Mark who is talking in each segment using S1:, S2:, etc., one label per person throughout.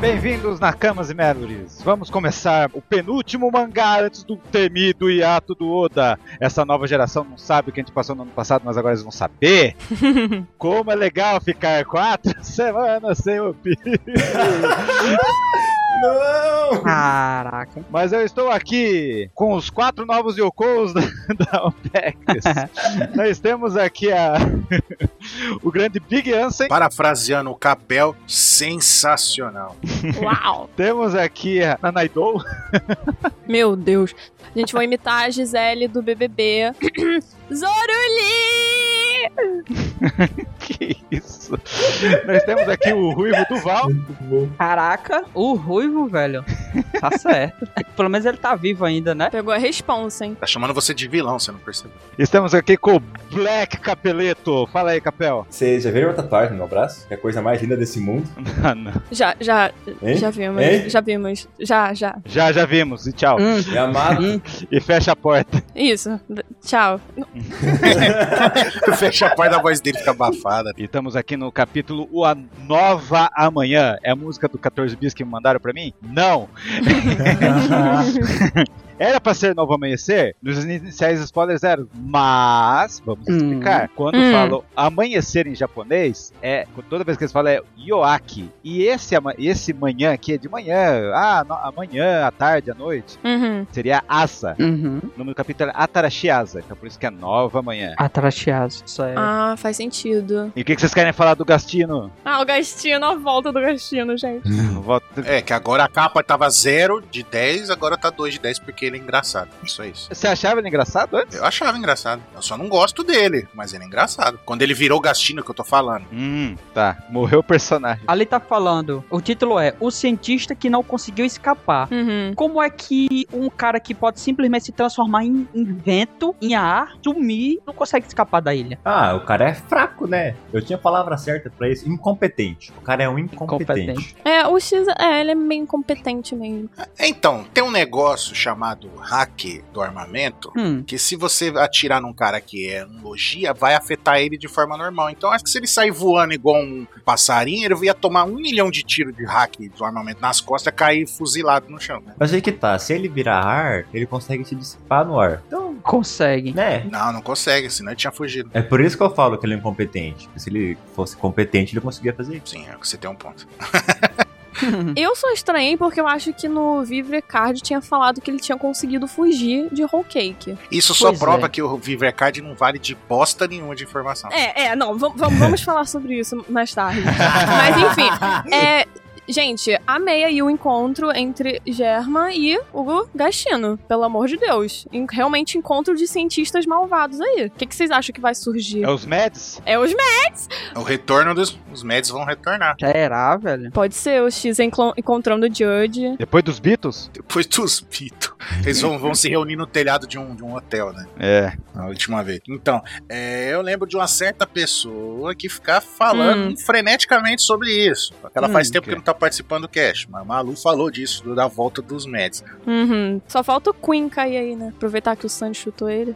S1: Bem-vindos na Camas e Melodies. Vamos começar o penúltimo mangá antes do temido hiato do Oda. Essa nova geração não sabe o que a gente passou no ano passado, mas agora eles vão saber. Como é legal ficar quatro semanas sem o
S2: Não!
S3: Caraca.
S1: Mas eu estou aqui com os quatro novos Yokos da, da OPEX. Nós temos aqui a, o grande Big Ansem.
S2: Parafraseando o Capel, sensacional.
S4: Uau!
S1: Temos aqui a Nanaidou.
S4: Meu Deus. A gente vai imitar a Gisele do BBB. Zoruli!
S1: Que isso? Nós temos aqui o Ruivo Duval.
S3: Caraca, o ruivo, velho. Tá certo. Pelo menos ele tá vivo ainda, né?
S4: Pegou a responsa, hein?
S2: Tá chamando você de vilão, você não percebeu.
S1: Estamos aqui com o Black Capeleto. Fala aí, Capel.
S5: Você já viu a tatuagem no meu braço? Que é a coisa mais linda desse mundo.
S1: Ah, não.
S4: Já, já,
S5: Hein?
S4: já vimos.
S5: Hein?
S4: Já vimos. Já, já.
S1: Já, já vimos. E tchau.
S3: Hum,
S5: É amado.
S3: hum.
S1: E fecha a porta.
S4: Isso. D- Tchau.
S2: Fecha a parte da voz dele, fica abafada.
S1: E estamos aqui no capítulo O A Nova Amanhã. É a música do 14 Bis que mandaram pra mim? Não. Era pra ser Novo Amanhecer? Nos iniciais spoilers eram. Mas, vamos
S3: Hum.
S1: explicar. Quando
S4: Hum.
S1: falam amanhecer em japonês, é toda vez que eles falam é yoaki. E esse, ama- esse manhã aqui é de manhã. Ah, no- amanhã, à tarde, à noite.
S4: Uhum.
S1: Seria asa.
S3: Uhum.
S1: O nome do capítulo é Atarashi Asa. Então por isso que é Nova Amanhã.
S3: Ah, Atracheado. Isso é.
S4: Ah, faz sentido.
S1: E o que que vocês querem falar do Gastino?
S4: Ah, o Gastino, a volta do Gastino, gente.
S1: Hum. Volta-
S2: É, que agora a capa tava 0 de 10, agora tá 2 de 10 porque ele é engraçado. Só isso.
S1: Você achava ele engraçado antes?
S2: Eu achava engraçado. Eu só não gosto dele, mas ele é engraçado. Quando ele virou o Gastino, que eu tô falando.
S1: Hum, tá. Morreu o personagem.
S3: Ali tá falando. O título é O Cientista que não conseguiu escapar.
S4: Uhum.
S3: Como é que um cara que pode simplesmente se transformar em, em vento, em ar, sumir, não consegue escapar da ilha?
S5: Ah, o cara é fraco, né? Eu tinha a palavra certa pra isso. Incompetente. O cara é um incompetente.
S4: É, o X, é, ele é meio incompetente mesmo.
S2: Então, tem um negócio chamado hack do armamento
S3: Hum.
S2: Que se você atirar num cara que é um logia, vai afetar ele de forma normal. Então acho que se ele sair voando igual um passarinho, ele ia tomar um milhão de tiro de hack do armamento nas costas e cair fuzilado no chão. né?
S5: Mas aí que tá, se ele virar ar, ele consegue se dissipar no ar. Então,
S3: Consegue.
S5: né?
S2: Não, não consegue, senão ele tinha fugido.
S5: É por isso que eu falo que ele é incompetente. Se ele fosse competente, ele conseguia fazer isso.
S2: Sim, é que você tem um ponto.
S3: Hum.
S4: Eu só estranhei porque eu acho que no Vivre Card tinha falado que ele tinha conseguido fugir de Whole Cake.
S2: Isso só
S3: Pois
S2: prova
S3: é.
S2: que o Vivercard não vale de bosta nenhuma de informação.
S4: É, é, não, vam- vam- vamos falar sobre isso mais tarde. Mas enfim, é. Gente, amei aí o encontro entre Germa e o Gastino, pelo amor de Deus. En- Realmente encontro de cientistas malvados aí. O que, que vocês acham que vai surgir?
S1: É os Meds?
S4: É os me...
S2: O retorno dos os médios vão retornar.
S3: Será, velho?
S4: Pode ser o X enclo- encontrando o Judge.
S1: Depois dos Beatles?
S2: Depois dos Pito. Eles vão, vão se reunir no telhado de um, de um hotel, né?
S1: É.
S2: A última vez. Então, é, eu lembro de uma certa pessoa que ficava falando freneticamente sobre isso. Ela
S3: Hum,
S2: faz tempo
S1: que-
S2: que não tá participando do cast, mas a Malu falou disso, do- da volta dos médicos.
S4: Uhum. Só falta o Queen cair aí, né? Aproveitar que o Sandy chutou ele.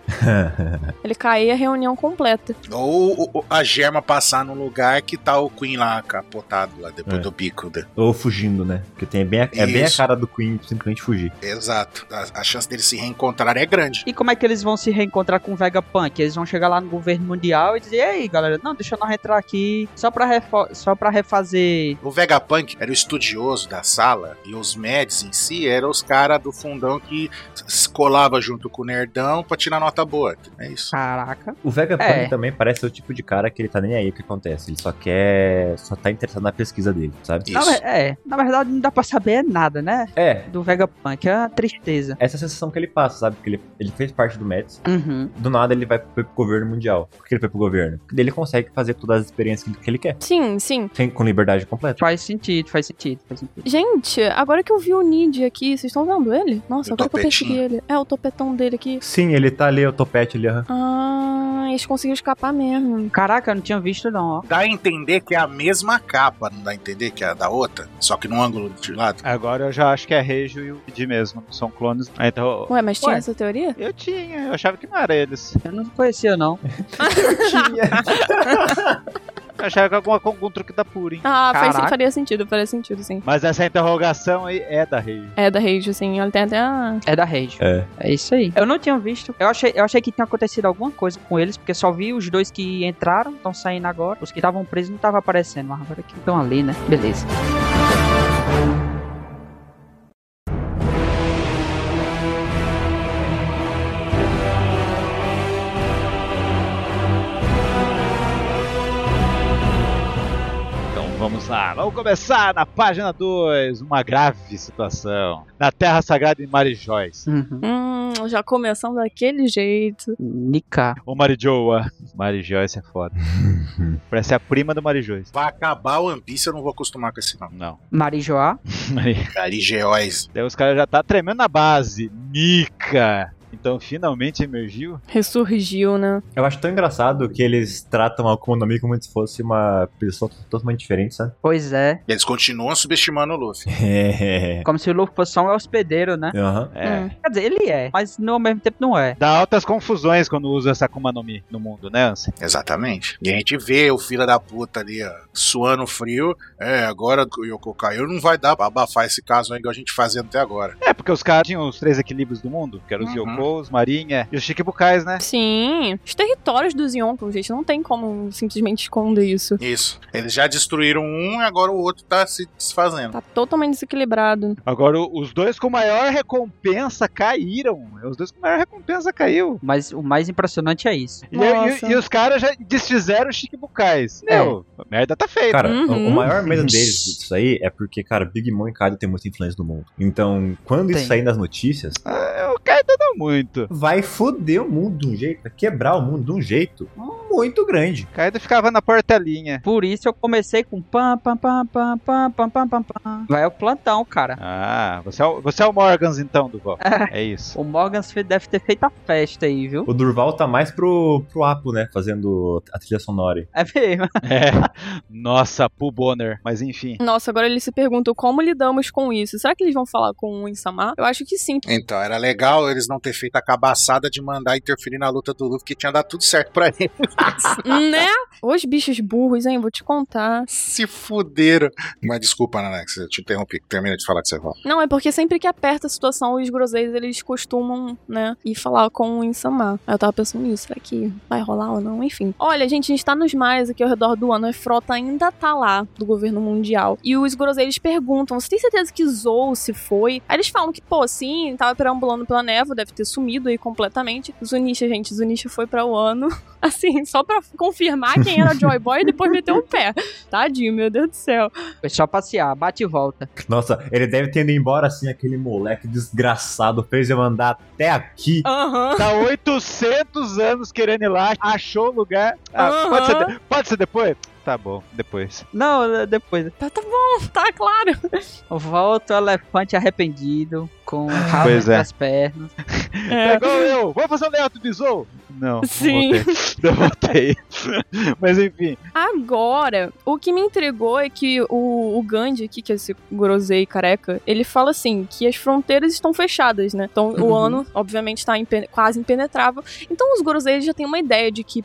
S4: Ele cair a reunião completa.
S2: Ou, ou- ou a Germa passar num lugar que tá o Queen lá capotado, lá depois
S5: É.
S2: do bico. dele.
S5: Ou fugindo, né? Porque tem bem a, é bem a
S2: Isso.
S5: cara do Queen simplesmente fugir.
S2: Exato. A, a chance deles se reencontrar é grande.
S3: E como é que eles vão se reencontrar com o Vegapunk? Eles vão chegar lá no governo mundial e dizer, ei galera, não, deixa nós entrar aqui só pra, refo- só pra refazer.
S2: O Vegapunk era o estudioso da sala e os médios em si eram os caras do fundão que se colava junto com o nerdão pra tirar nota boa. É isso.
S3: Caraca.
S5: O Vegapunk
S3: É.
S5: também parece o tipo de cara que ele tá nem aí o que acontece. Ele só quer. Só tá interessado na pesquisa dele, sabe?
S3: Na,
S2: Isso.
S3: ver- é, na verdade não dá pra saber nada, né?
S5: É,
S3: Do Vegapunk, é uma tristeza.
S5: essa é a sensação que ele passa, sabe? Porque ele, ele fez parte do Mets.
S3: Uhum.
S5: Do nada ele vai pro, pro governo mundial. Por que ele foi pro governo? Porque daí ele consegue fazer todas as experiências que ele, que ele quer.
S4: Sim, sim.
S5: Sem, com liberdade completa.
S3: Faz sentido, faz sentido, faz sentido.
S4: Gente, agora que eu vi o Nid aqui, vocês estão vendo ele? Nossa,
S2: O
S4: agora que eu
S2: topetinho.
S4: persegui ele. É, o topetão dele aqui.
S5: Sim, ele tá ali, o topete ali. aham.
S4: Ah, eles conseguiram escapar mesmo.
S3: Caraca, eu não tinha visto não, ó.
S2: Dá a entender que é a mesma capa, não dá a entender que é a da outra, só que num ângulo de lado.
S1: Agora eu já acho que é Rejo e o Didi mesmo. não São clones. Ah, Então.
S4: Ué, mas tinha
S3: Ué.
S4: essa teoria?
S1: Eu tinha, eu achava que não era eles.
S3: Eu não conhecia não.
S1: Eu achava que alguma com algum truque da Purim.
S4: Ah,
S3: Caraca.
S4: faz, faria sentido, faria sentido, sim.
S1: Mas essa interrogação aí é da Rei.
S4: É da Rage, sim. Ela tem até a...
S3: É da Rage.
S5: É.
S3: É isso aí. Eu não tinha visto. Eu achei, eu achei que tinha acontecido alguma coisa com eles, porque só vi os dois que entraram, estão saindo agora. Os que estavam presos não estavam aparecendo, mas agora que estão ali, né? Beleza.
S1: Então vamos lá, vamos começar na página 2. Uma grave situação. Na Terra Sagrada em Marijóis.
S3: Uhum.
S4: Hum, já começamos daquele jeito.
S3: Nica.
S1: Ô Marijoa. Marijóis é foda. Parece a prima do Marijóis.
S2: Vai acabar o One Piece, eu não vou acostumar com esse nome.
S1: Não.
S3: Marijoá.
S1: Mari-
S2: Arigeóis.
S1: Daí os caras já tá tremendo na base. Nica. Então finalmente emergiu.
S4: Ressurgiu, né?
S5: Eu acho tão engraçado que eles tratam a Akuma no Mi como se fosse uma pessoa totalmente diferente, sabe?
S3: Pois é.
S2: Eles continuam subestimando o Luffy.
S5: É.
S3: Como se o Luffy fosse só um hospedeiro, né?
S5: Aham.
S1: É.
S4: Hum.
S3: Quer dizer, ele é, mas no ao mesmo tempo não é.
S1: Dá altas confusões quando usa essa Akuma no Mi no mundo, né, Ansem?
S2: Exatamente. E a gente vê o filho da puta ali, ó, suando frio. É, agora o Yoko caiu, não vai dar pra abafar esse caso aí igual a gente fazendo até agora.
S1: É, porque os caras tinham os três equilíbrios do mundo, que eram os
S2: Uhum.
S1: Yoko, os Marinha e os Shikibukais, né?
S4: Sim. Os territórios dos Yonkos, gente, não tem como simplesmente esconder isso.
S2: Isso. Eles já destruíram um e agora o outro tá se desfazendo.
S4: Tá totalmente desequilibrado.
S1: Agora, o- os dois com maior recompensa caíram. É, Os dois com maior recompensa caiu.
S3: Mas o mais impressionante é isso.
S1: E, e-
S4: Nossa.
S1: e os caras já desfizeram os Shikibukais. Meu, a merda tá feita.
S5: Cara, o-
S4: Uhum.
S5: o maior medo deles disso aí é porque, cara, Big Mom e Kaido tem muita influência no mundo. Então, quando
S3: Tem.
S5: isso sair nas notícias,
S1: Ah, o Kaido não muito.
S5: vai foder o mundo de um jeito, vai quebrar o mundo de um jeito muito grande.
S1: O Kaido ficava na portelinha.
S3: Por isso eu comecei com pam pam pam pam pam pam pam pam pam. Vai o plantão, cara.
S1: Ah, você é o, você é o Morgans então, Duval. é isso.
S3: O Morgan deve ter feito a festa aí, viu?
S5: O Durval tá mais pro, pro Apo, né? Fazendo a trilha sonora. aí.
S3: É mesmo.
S1: É. Nossa, Poo Bonner. Mas enfim.
S4: Nossa, agora eles se perguntam como lidamos com isso. Será que eles vão falar com o Insama? Eu acho que sim.
S2: Então, era legal eles não ter feito a cabaçada de mandar interferir na luta do Luffy, que tinha dado tudo certo pra ele.
S4: né? Os bichos burros, hein? Vou te contar.
S2: se fuderam. Mas desculpa, Nanax, eu te interrompi. Termina de falar que você fala.
S4: Não, é porque sempre que aperta a situação, os groselhos, eles costumam, né, ir falar com o Insama. Aí eu tava pensando nisso, será que vai rolar ou não? Enfim. Olha, gente, a gente tá nos mais aqui ao redor do ano. A frota ainda tá lá, do governo mundial. E os groselhos perguntam, você tem certeza que Zou se foi? Aí eles falam que, pô, sim, tava perambulando pela névoa, deve ter sumido aí completamente. Zunisha, gente, Zunisha foi pra o ano. Assim, só pra confirmar quem era Joy Boy e depois meteu o pé. Tadinho, meu Deus do céu.
S3: Foi só passear, bate e volta.
S5: Nossa, ele deve ter ido embora assim, aquele moleque desgraçado fez eu andar até aqui.
S4: Aham.
S1: Tá 800 anos querendo ir lá, achou o lugar. Ah,
S4: Aham.
S1: pode, ser de- pode ser depois? Tá bom, depois.
S3: Não, depois.
S4: Tá, tá bom, tá claro.
S3: Volta o elefante arrependido, com o rabo
S1: Pois
S3: entre
S1: é.
S3: as pernas.
S1: É
S4: É.
S1: igual eu, vamos fazer um layout do Zou? Não,
S4: Sim.
S1: não voltei. Não voltei. Mas enfim,
S4: Agora, o que me intrigou é que o, o Gandhi aqui, que é esse grosei careca, ele fala assim, que as fronteiras estão fechadas, né? Então o
S3: Uhum.
S4: ano, obviamente, tá impen- quase impenetrável. Então os groseis já têm uma ideia de que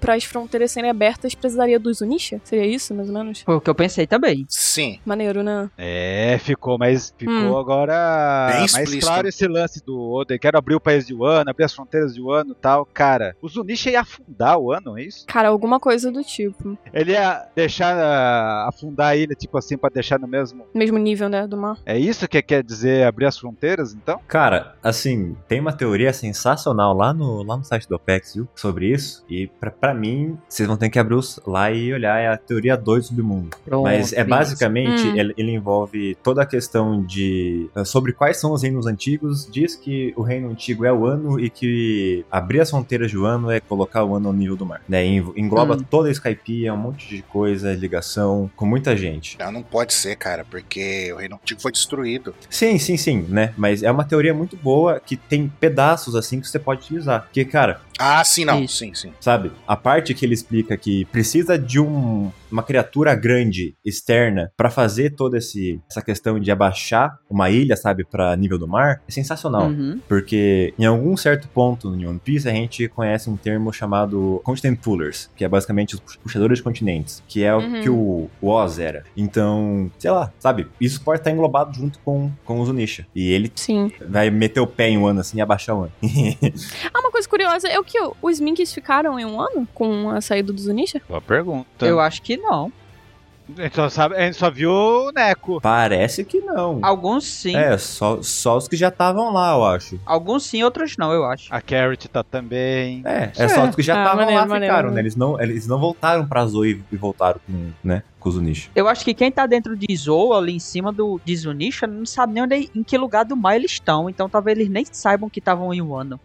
S4: para as fronteiras serem abertas precisaria dos Unisha? Seria isso, mais ou menos?
S3: Foi o que eu pensei também.
S2: Sim.
S4: Maneiro, né?
S1: é, ficou, mas ficou
S4: Hum.
S1: agora
S2: Bem
S1: mais
S2: explícito.
S1: claro esse lance do Oden. Quero abrir o país de Wano, abrir as fronteiras de Wano e tal. Cara, o Zunisha ia afundar o ano, é isso?
S4: Cara, alguma coisa do tipo.
S1: Ele ia deixar ah, afundar a ilha, tipo assim, pra deixar no mesmo.
S4: Mesmo nível, né, do mar.
S1: É isso que quer dizer abrir as fronteiras, então?
S5: Cara, assim, tem uma teoria sensacional lá no, lá no site do OPEX, viu? Sobre isso. E pra, pra mim, vocês vão ter que abrir os, lá e olhar. É a teoria 2 do mundo.
S3: Pronto,
S5: Mas é
S3: beleza.
S5: basicamente,
S4: Hum.
S5: ele, ele envolve toda a questão de eh, sobre quais são os reinos antigos. Diz que o reino antigo é o ano e que abrir as fronteiras de ano é colocar o ano ao nível do mar. Né? E env- Engloba
S3: Hum.
S5: toda a Skype, um monte de coisa, ligação com muita gente.
S2: Não, não pode ser, cara, porque o Reino Antigo foi destruído.
S5: Sim, sim, sim, né? Mas é uma teoria muito boa que tem pedaços assim que você pode utilizar. Porque, cara,
S2: Ah, sim, não.
S3: Isso.
S2: Sim, sim.
S5: sabe? A parte que ele explica que precisa de um- uma criatura grande externa pra fazer toda esse- essa questão de abaixar uma ilha, sabe, pra nível do mar, é sensacional.
S3: Uhum.
S5: Porque em algum certo ponto em One Piece a gente conhece um termo chamado Continent Pullers, que é basicamente os pu- puxadores de continentes, que é
S4: Uhum.
S5: o que o, o Oz era. Então, sei lá, sabe? Isso pode estar englobado junto com, com o Zunisha. E ele
S4: Sim.
S5: vai meter o pé em um ano assim e abaixar o ano.
S4: Ah, uma coisa curiosa é o que os Minks ficaram em um ano com a saída do Zunisha?
S1: Boa pergunta.
S3: Eu acho que não.
S1: A, gente só sabe, a gente só viu o Neco.
S5: Parece que não.
S3: Alguns sim.
S5: É, só, só os que já estavam lá, eu acho.
S3: Alguns sim, outros não, eu acho.
S1: A Carrot tá também.
S5: É, é só os que já
S4: Ah,
S5: estavam
S4: maneiro,
S5: lá
S4: maneiro.
S5: ficaram, né? Eles não, eles não voltaram pra Zoe e voltaram com, né, com o Zunisha.
S3: Eu acho que quem tá dentro de Zou, ali em cima do de Zunisha, não sabe nem onde, é, em que lugar do mar eles estão. Então talvez eles nem saibam que estavam em Wano.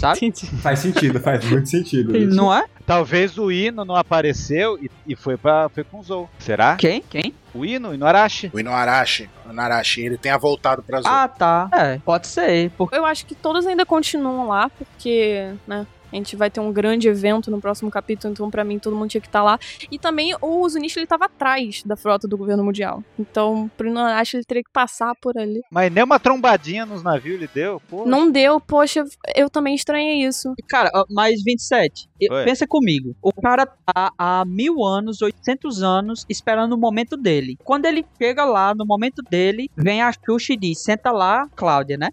S3: Sabe?
S5: Faz sentido, faz muito sentido. gente.
S3: não é?
S1: Talvez o Ino não apareceu e, e foi, pra, foi com o Zou. Será?
S3: Quem? Quem?
S1: O Ino? Inuarashi?
S2: O Inuarashi, o Inuarashi, ele tenha voltado pra Azul.
S3: Ah, tá. É, pode ser. Porque
S4: Eu acho que todos ainda continuam lá, porque, né? A gente vai ter um grande evento no próximo capítulo, então pra mim todo mundo tinha que estar lá. E também o Zunisha ele tava atrás da frota do governo mundial. Então, pro Inuarashi ele teria que passar por ali.
S1: Mas nem uma trombadinha nos navios ele deu, pô.
S4: Não deu, poxa, eu também estranhei isso.
S3: Cara, ó, mas 27, eu-
S1: Oi.
S3: pensa comigo. O cara tá há mil anos, 800 anos, esperando o momento dele. Quando ele chega lá, no momento dele, vem a Xuxa e diz: Senta lá, Cláudia, né?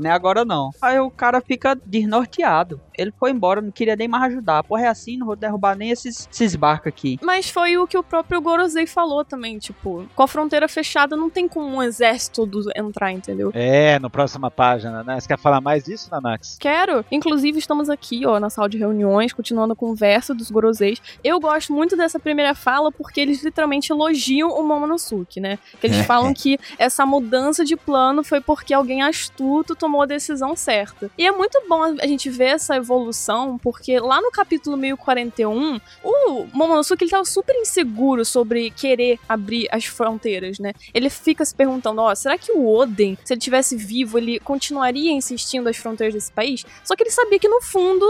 S3: não é agora não. Aí o cara fica desnorteado. Ele foi embora, não queria nem mais ajudar. Porra, é assim, não vou derrubar nem esses, esses barcos aqui.
S4: Mas foi o que o próprio Gorosei falou também, tipo, com a fronteira fechada não tem como um exército do- entrar, entendeu?
S1: É, na próxima página, né? Você quer falar mais disso, Nanax?
S4: Quero, inclusive estamos aqui, ó, na sala de reuniões, continuando a conversa dos Goroseis. Eu gosto muito dessa primeira fala porque eles literalmente elogiam o Momonosuke, né? Que eles falam que essa mudança de plano foi porque alguém astuto tomou a decisão certa. E é muito bom a gente ver essa evolução, porque lá no capítulo 1041, o Momonosuke ele tava super inseguro sobre querer abrir as fronteiras, né? Ele fica se perguntando, ó, será que o Oden, se ele tivesse vivo, ele continuaria insistindo as fronteiras desse país? Só que ele sabia que no fundo,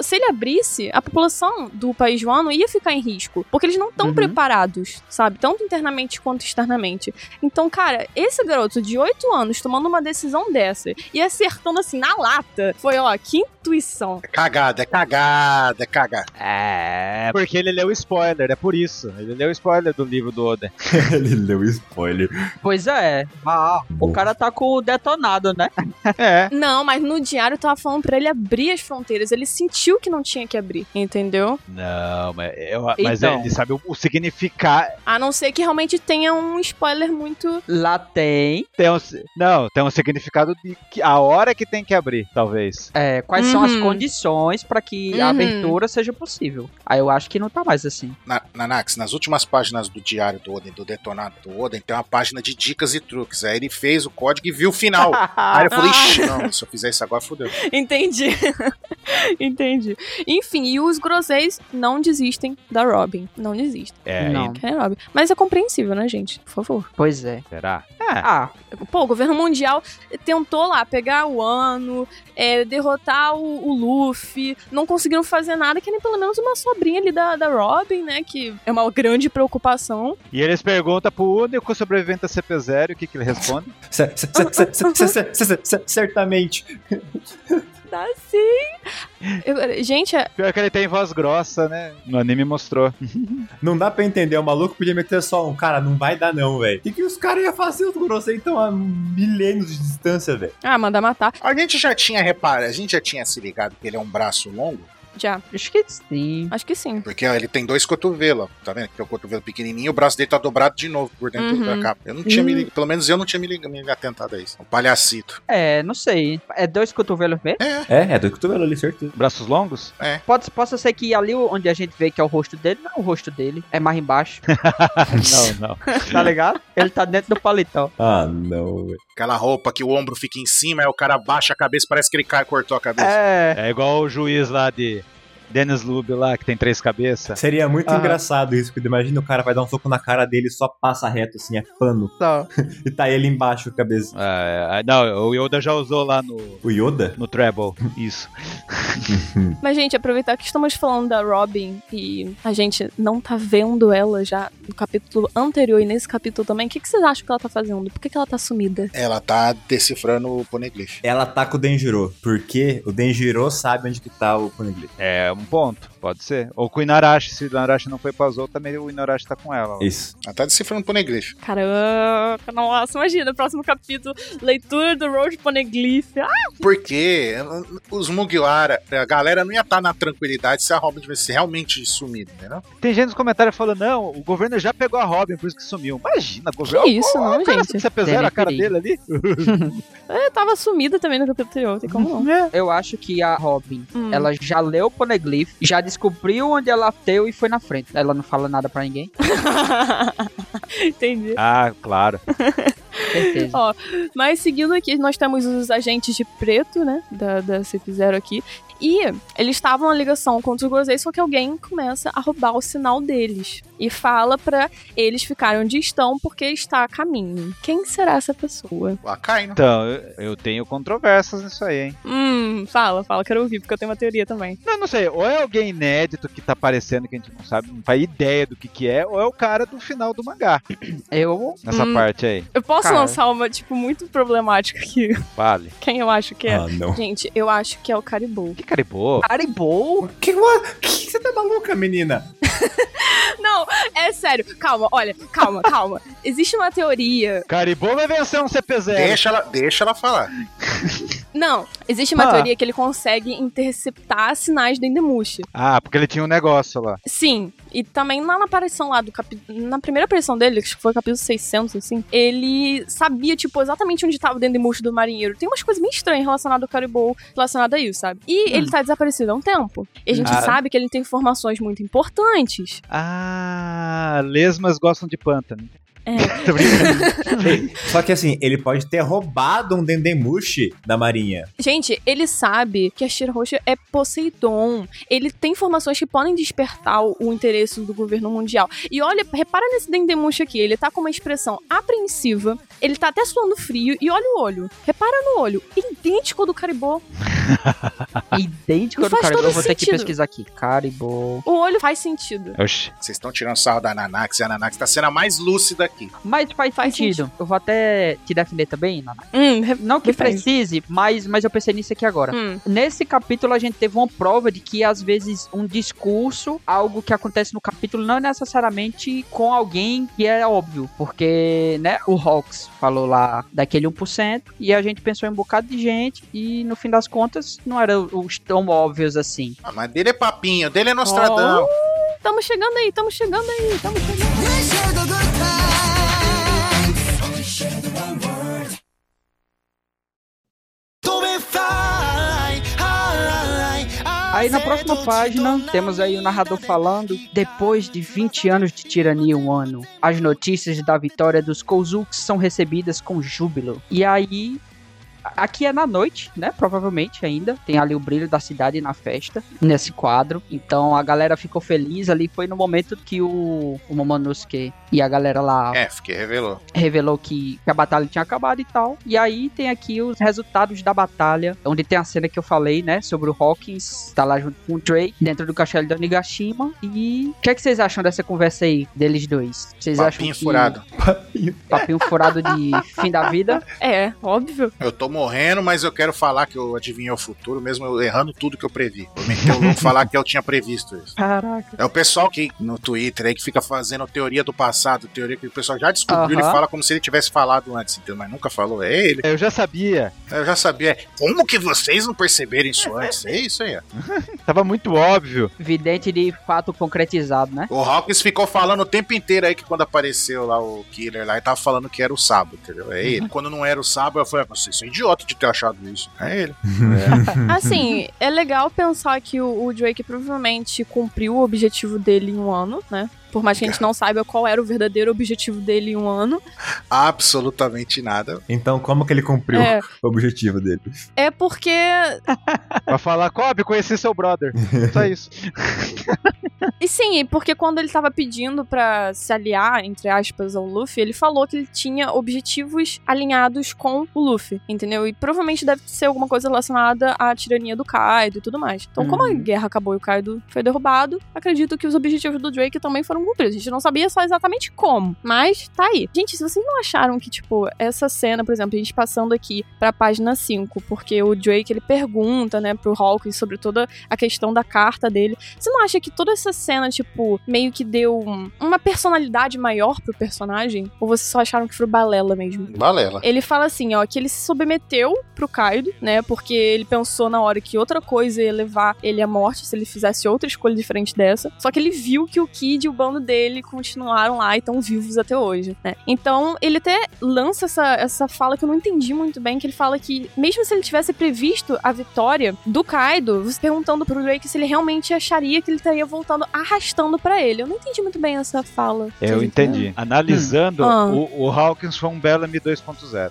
S4: se ele abrisse, a população do país Wano ia ficar em risco, porque eles não estão
S3: Uhum.
S4: preparados, sabe? Tanto internamente quanto externamente. Então, cara, esse garoto de 8 anos tomando uma decisão dessa e acertando assim na lata, foi ó, que intuição.
S2: É cagada, é cagada, é cagada.
S1: É, porque ele leu spoiler, é por isso. Ele leu spoiler do livro do Oda.
S5: ele leu spoiler.
S3: Pois é. Ah, o cara tá com o detonado, né?
S1: É.
S4: Não, mas no diário tava falando pra ele abrir as fronteiras. Ele sentiu que não tinha que abrir, entendeu?
S1: Não, mas, eu, mas
S3: Então.
S1: ele sabe o, o significado.
S4: A não ser que realmente tenha um spoiler muito.
S3: Lá tem.
S1: Tem um, si- não, tem um significado de que a hora que tem que abrir, talvez.
S3: É, quais são as
S4: Uhum.
S3: condições pra que a
S4: Uhum.
S3: abertura seja possível? Aí eu acho que não tá mais assim.
S2: Na, Nanax, nas últimas páginas do diário do Oden, do detonado do Oden, tem uma página de dicas e truques. Aí ele fez o código e viu o final. Aí eu
S4: Ah.
S2: falei, ixi, não, se eu fizer isso agora, fodeu.
S4: Entendi. Entendi. Enfim, e os groseis não desistem da Robin. Não desistem.
S1: É,
S3: Não.
S4: É Robin. Mas é compreensível, né, gente? Por favor.
S3: Pois é.
S1: e- será?
S3: Ah,
S4: Pô, o governo mundial tentou lá pegar o Ano, é, derrotar o, o Luffy. Não conseguiram fazer nada, que nem pelo menos uma sobrinha ali da, da Robin, né? Que é uma grande preocupação.
S1: E eles perguntam pro único sobrevivente da CP0 o que, que ele responde.
S5: Cer- cer- cer- cer- cer- cer- cer- cer- Certamente.
S4: Dá Tá sim. Eu- gente, é-
S1: Pior que ele tem voz grossa, né? No anime mostrou.
S5: Não dá pra entender, o maluco podia meter só um. Cara, não vai dar não, velho. O que, que os caras iam fazer os Gorosei estão a milênios de distância, velho?
S4: ah, mandar matar.
S2: A gente já tinha, repara, a gente já tinha se ligado que ele é um braço longo,
S4: Já.
S3: acho que sim.
S4: Acho que sim.
S2: porque ó, ele tem dois cotovelos, ó, tá vendo? Que é o cotovelo pequenininho, o braço dele tá dobrado de novo por dentro
S4: Uhum.
S2: da capa. Eu não tinha
S4: Hum.
S2: me ligado, pelo menos eu não tinha me, ligado, me atentado a isso. Um palhacito.
S3: É, não sei. É dois cotovelos mesmo?
S5: É, é do cotovelo ali, certeza.
S1: Braços longos?
S3: Pode, possa ser que ali onde a gente vê que é o rosto dele, não é o rosto dele. É mais embaixo.
S1: Ah, não, não.
S3: tá ligado? Ele tá dentro do paletó.
S5: Ah, não, velho.
S2: Aquela roupa que o ombro
S4: É.
S2: fica em cima, aí o cara baixa a cabeça, parece que ele cai e cortou a cabeça.
S3: É.
S1: É igual o juiz lá de Dennis Lube lá, que tem três cabeças.
S5: Seria muito
S1: Ah.
S5: engraçado isso, porque imagina o cara vai dar um soco na cara dele e só passa reto, assim, é pano.
S3: Só.
S5: E tá ele embaixo, cabeça.
S1: Ah, é, ah, não, o Yoda já usou lá no,
S5: O Yoda?
S1: no Treble. Isso.
S4: Mas, gente, aproveitar que estamos falando da Robin e a gente não tá vendo ela já no capítulo anterior e nesse capítulo também, o que, que vocês acham que ela tá fazendo? Por que, que ela tá sumida?
S2: Ela tá decifrando o Poneglyph.
S5: Ela ataca o Denjiro, porque o Denjiro sabe onde que tá o Poneglyph.
S1: É um ponto, pode ser. Ou com o Inarashi, se o Inarashi não foi pra Zou, também o Inarashi tá com ela. ó.
S5: Isso.
S2: Ela tá decifrando o Poneglyph.
S4: Caraca, nossa, imagina, próximo capítulo, leitura do Road Poneglyph. Ah,
S2: Porque os Mugiwara, a galera não ia estar na tranquilidade se a Robin tivesse realmente sumido, entendeu?
S1: Tem gente nos comentários falando, não, o governo já pegou a Robin, por isso que sumiu. Imagina, governo.
S4: que isso, não,
S1: o cara,
S4: gente.
S1: Você pesar a cara
S3: Tem,
S1: dele ali?
S4: Eu tava sumida também no capítulo anterior, tem como não.
S3: Eu acho que a Robin,
S4: Hum.
S3: ela já leu o Poneglyph, já descobriu onde ela teu e foi na frente. Ela não fala nada pra ninguém.
S4: Entendi.
S1: Ah, claro.
S3: Certeza.
S4: Mas seguindo aqui, nós temos os agentes de preto, né? Da, da CP0 aqui. E eles estavam na ligação contra os Gozei, só que alguém começa a roubar o sinal deles. E fala pra eles ficarem onde estão, porque está a caminho. Quem será essa pessoa?
S2: A Kaino.
S4: Tá
S1: Então, eu, eu tenho controvérsias nisso aí, hein?
S4: Hum, fala, fala, quero ouvir, porque eu tenho uma teoria também.
S1: Não, não sei, ou é alguém inédito que tá aparecendo que a gente não sabe, não faz ideia do que que é, ou é o cara do final do mangá,
S3: Eu.
S1: nessa
S4: Hum.
S1: parte aí.
S4: Eu posso
S3: Cara.
S4: lançar uma, tipo, muito problemática aqui.
S1: Vale.
S4: Quem eu acho que é?
S5: Ah, não.
S4: Gente, eu acho que é o Caribou.
S1: Que caribou.
S3: Caribou?
S5: Que, que, que você tá maluca, menina?
S4: Não, é sério. Calma, olha, calma, calma. Existe uma teoria
S1: Caribou vai vencer um CP0.
S2: Deixa ela, deixa ela falar.
S4: Não, existe uma
S1: Ah.
S4: teoria que ele consegue interceptar sinais do Endemushi.
S1: Ah, porque ele tinha um negócio lá.
S4: Sim, e também lá na aparição lá do capítulo. Na primeira aparição dele, acho que foi capítulo 600, assim, ele sabia, tipo, exatamente onde tava o Endemushi do marinheiro. Tem umas coisas meio estranhas relacionadas ao Caribou, relacionadas a isso, sabe? E ele tá desaparecido há um tempo. E a gente
S1: Ah.
S4: sabe que ele tem informações muito importantes.
S1: Ah, lesmas gostam de pântano.
S4: É.
S1: Tô brincando.
S5: Só que assim, ele pode ter roubado um Dendemushi da marinha.
S4: Gente, ele sabe que a Shira Roxa é Poseidon. Ele tem informações que podem despertar o o interesse do governo mundial. E olha, repara nesse Dendemush aqui. Ele tá com uma expressão apreensiva. Ele tá até suando frio. E olha o olho. Repara no olho. Idêntico ao do Caribou.
S3: Idêntico
S4: Não
S3: ao do
S4: faz
S3: Caribou.
S4: todo
S3: Vou ter que
S4: sentido.
S3: pesquisar aqui. Caribou.
S4: O olho faz sentido.
S1: Oxi.
S2: Vocês estão tirando sarro da Nanax, e a Nanax tá sendo a mais lúcida aqui.
S3: Mas faz,
S4: Faz
S3: sentido. Eu vou até te defender também, Naná.
S4: Hum, re-
S3: Não que
S4: Depende.
S3: precise, mas, mas eu pensei nisso aqui agora.
S4: hum.
S3: Nesse capítulo a gente teve uma prova de que às vezes um discurso, algo que acontece no capítulo, não é necessariamente com alguém que é óbvio, porque, né, o Hawks falou lá daquele 1% e a gente pensou em um bocado de gente e no fim das contas não eram os tão óbvios assim.
S2: Ah, mas dele é papinho, dele é Nostradão.
S4: Tamo chegando aí, tamo chegando aí, tamo chegando.
S3: Aí na próxima página temos aí o narrador falando, depois de 20 anos de tirania um ano, as notícias da vitória dos Kozuks são recebidas com júbilo. E aí Aqui é na noite, né? Provavelmente ainda. Tem ali o brilho da cidade na festa, nesse quadro. Então a galera ficou feliz ali. Foi no momento que o, o Momonosuke e a galera lá
S2: É, fiquei revelou.
S3: revelou que, que a batalha tinha acabado e tal. E aí tem aqui os resultados da batalha, onde tem a cena que eu falei, né? Sobre o Hawkins, tá lá junto com o Drake, dentro do castelo de Onigashima. E o que, é que vocês acham dessa conversa aí deles dois? Vocês acham
S2: Papinho
S3: que-
S2: furado.
S3: Papinho furado de fim da vida?
S4: É, óbvio.
S2: Eu tô morrendo, mas eu quero falar que eu adivinhei o futuro, mesmo eu errando tudo que eu previ. Eu meti o louco falar que eu tinha previsto isso.
S3: Caraca.
S2: É o pessoal que no Twitter aí que fica fazendo teoria do passado, teoria que o pessoal já descobriu,
S3: Aham.
S2: ele fala como se ele tivesse falado antes, entendeu? Mas nunca falou. É ele.
S1: Eu já sabia.
S2: Eu já sabia. Como que vocês não perceberam isso antes? É isso aí. ó.
S1: Tava muito óbvio.
S3: Vidente de fato concretizado, né?
S2: O Hawkins ficou falando o tempo inteiro aí que quando apareceu lá o Killer lá, ele tava falando que era o Sabo, entendeu? É ele. Quando não era o Sabo, eu falei, "Ah, vocês são idiota de ter achado isso. É ele.
S4: Assim, é legal pensar que o, o Drake provavelmente cumpriu o objetivo dele em um ano, né? Por mais que a gente não saiba qual era o verdadeiro objetivo dele em um ano.
S2: Absolutamente nada.
S5: Então, como que ele cumpriu
S4: É,
S5: o objetivo dele?
S4: é porque
S1: Vai falar, Kobe, conheci seu brother. Só isso.
S4: E sim, e porque quando ele tava pedindo pra se aliar, entre aspas, ao Luffy, ele falou que ele tinha objetivos alinhados com o Luffy, entendeu? E provavelmente deve ser alguma coisa relacionada à tirania do Kaido e tudo mais. Então, como a
S3: Uhum.
S4: guerra acabou e o Kaido foi derrubado, acredito que os objetivos do Drake também foram cumpridos. A gente não sabia só exatamente como, mas tá aí. Gente, se vocês não acharam que, tipo, essa cena, por exemplo, a gente passando aqui pra página 5, porque o Drake, ele pergunta, né, pro Hawkins sobre toda a questão da carta dele, você não acha que toda essa cena, tipo, meio que deu um- uma personalidade maior pro personagem? Ou vocês só acharam que foi balela mesmo?
S2: Balela.
S4: Ele fala assim, ó, que ele se submeteu pro Kaido, né? Porque ele pensou na hora que outra coisa ia levar ele à morte se ele fizesse outra escolha diferente dessa. Só que ele viu que o Kid e o bando dele continuaram lá e estão vivos até hoje, né? Então, ele até lança essa, essa fala que eu não entendi muito bem, que ele fala que, mesmo se ele tivesse previsto a vitória do Kaido, você perguntando pro Drake se ele realmente acharia que ele estaria voltando arrastando pra ele. Eu não entendi muito bem essa fala.
S1: Eu
S4: Vocês entenderam?
S1: entendi. Analisando,
S4: Ah.
S1: o, o Hawkins foi um Bellamy 2.0.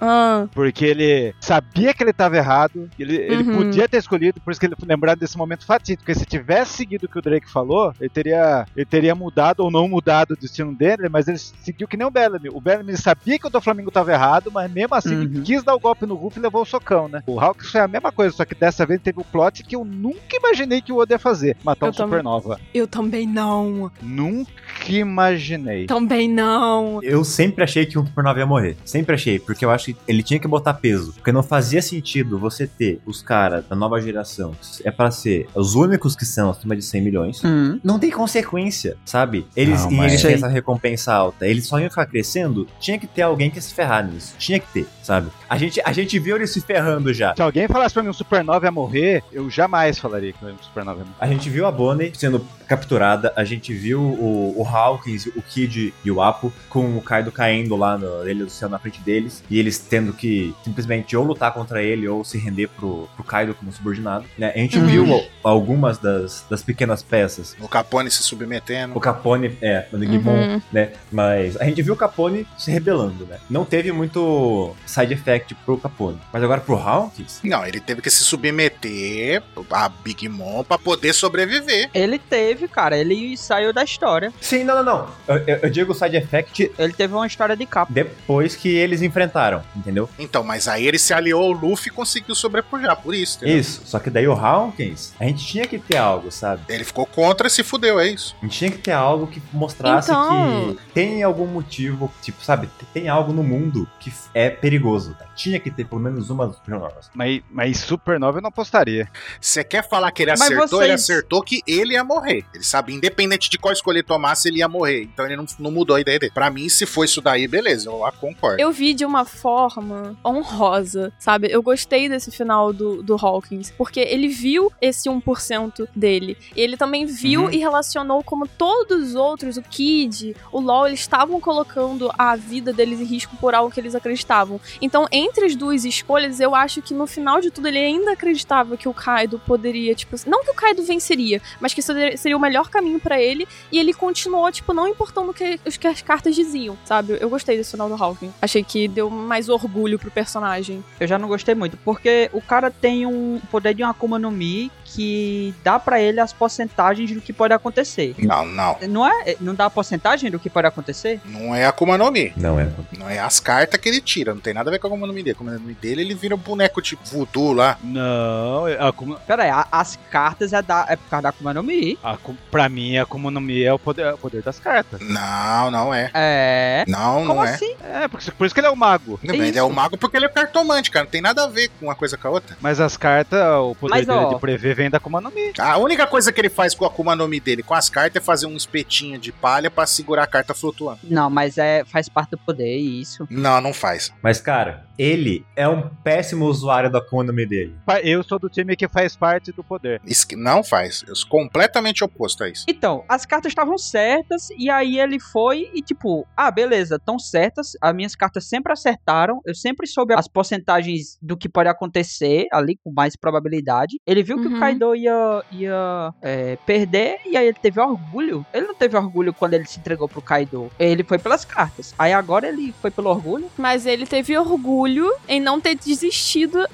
S4: Ah,
S1: Porque ele sabia que ele estava errado, ele, ele
S4: Uhum.
S1: podia ter escolhido, por isso que ele lembrado desse momento fatídico. Porque se tivesse seguido o que o Drake falou, ele teria, ele teria mudado ou não mudado o destino dele, mas ele seguiu que nem o Bellamy. O Bellamy sabia que o do Flamengo estava errado, mas mesmo assim ele
S3: Uhum.
S1: quis dar o golpe no Ruff e levou o socão, né? O Hawks foi a mesma coisa, só que dessa vez teve o plot que eu nunca imaginei que o Oda ia fazer: matar
S4: Eu
S1: um
S4: também.
S1: Supernova.
S4: eu também não.
S1: Nunca imaginei.
S4: Também não.
S5: Eu sempre achei que um Supernova ia morrer. Sempre achei, porque eu acho que ele tinha que botar peso. Porque não fazia sentido você ter os caras da nova geração, que é pra ser os únicos que são acima de 100 milhões.
S3: Hum.
S5: Não tem consequência, sabe? Eles,
S1: Não,
S5: e
S1: mas- é
S5: eles
S3: Sim.
S5: têm essa recompensa alta. Eles só iam ficar crescendo. Tinha que ter alguém que se ferrar nisso. Tinha que ter, sabe? A gente, a gente viu eles se ferrando já.
S1: Se alguém falasse pra mim um Supernova ia morrer, eu jamais falaria que um Supernova ia morrer.
S5: A gente viu a Bonnie sendo capturada, a gente viu o, o Hawkins, o Kid e o Apo com o Kaido caindo lá no Ilha do Céu na frente deles, e eles tendo que simplesmente ou lutar contra ele ou se render pro, pro Kaido como subordinado. né? A gente
S3: Uhum.
S5: viu al- algumas das, das pequenas peças.
S2: O Capone se submetendo.
S5: O Capone, é, o
S4: uhum.
S5: Negimon, né? Mas a gente viu o Capone se rebelando, né? Não teve muito side effect pro Capone. Mas agora pro Hawkins,
S2: Não, ele teve que se submeter a Big Mom pra poder sobreviver.
S3: Ele teve, cara, ele saiu da história.
S5: sim, não, não, não. Eu, eu, eu digo side effect
S3: Ele teve uma história de capa.
S5: depois que eles enfrentaram, entendeu?
S2: Então, mas aí ele se aliou ao Luffy e conseguiu sobrepujar, por isso. entendeu?
S5: Isso, só que daí o Hawkins, a gente tinha que ter algo, sabe?
S2: Ele ficou contra e se fudeu, é isso.
S5: A gente tinha que ter algo que mostrasse
S4: Então-
S5: que tem algum motivo, tipo, sabe? T- Tem algo no mundo que f- é perigoso. tá? Tinha que ter pelo menos uma das supernovas.
S1: Mas, mas Supernova eu não apostaria.
S2: Você quer falar que ele
S3: Mas
S2: acertou? Ele
S3: vocês-
S2: acertou que ele ia morrer. Ele sabe, independente de qual escolha ele tomasse, ele ia morrer. Então ele não, não mudou a ideia dele. Pra mim, se foi isso daí, beleza, eu a concordo.
S4: Eu vi de uma forma honrosa, sabe? Eu gostei desse final do, do Hawkins, porque ele viu esse 1% dele. E ele também viu
S1: Uhum.
S4: e relacionou como todos os outros, o Kid, o LOL, eles estavam colocando a vida deles em risco por algo que eles acreditavam. Então, entre as duas escolhas, eu acho que no final de tudo ele ainda acreditava que o Kaido poderia, tipo, não que o Kaido venceria, mas que seria seria o melhor caminho pra ele. E ele continuou, tipo, não importando o que, os que as cartas diziam, sabe? Eu gostei desse final do Hawking. Achei que deu mais orgulho pro personagem.
S3: Eu já não gostei muito, porque o cara tem um poder de um Akuma no Mi que dá pra ele as porcentagens do que pode acontecer.
S2: Não, não.
S3: Não é? Não dá a porcentagem do que pode acontecer?
S2: Não é a Akuma no Mi.
S5: Não é.
S2: Não é as cartas que ele tira. Não tem nada a ver com a Akuma no Mi dele. A Akuma no Mi dele, ele vira um boneco tipo voodoo lá.
S1: Não, é, a, Kuma-
S3: Pera aí, a- as cartas é, da, é por causa da Akuma no Mi.
S1: a, Ku- pra mim a Akuma no Mi é o poder, é o poder das cartas.
S2: Não, não é.
S3: É.
S2: Não,
S3: Como
S2: não é.
S3: assim?
S1: É, porque, por isso que ele é o mago.
S2: Não, Ele é
S3: Isso.
S2: o mago porque ele é cartomante, cara. Não tem nada a ver com uma coisa com a outra.
S1: Mas as cartas, o poder
S3: Mas,
S1: dele
S3: ó.
S1: de prever vem da Akuma no Mi.
S2: A única coisa que ele faz com a Akuma no Mi dele, com as cartas, é fazer um espetinho de palha pra segurar a carta flutuando.
S3: Não, mas é faz parte do poder isso.
S2: Não, não faz.
S5: Mas, cara, Ele é um péssimo usuário da economy dele.
S1: Pa- Eu sou do time que faz parte do poder.
S2: Isso que não faz. Eu sou completamente oposto a isso.
S3: Então, as cartas estavam certas, e aí ele foi e tipo, ah, beleza, estão certas, as minhas cartas sempre acertaram, eu sempre soube as porcentagens do que pode acontecer ali, com mais probabilidade. Ele viu que
S4: Uhum.
S3: o Kaido ia, ia é, perder, e aí ele teve orgulho. Ele não teve orgulho quando ele se entregou pro Kaido, ele foi pelas cartas. Aí agora ele foi pelo orgulho.
S4: Mas ele teve orgulho em não ter desistido.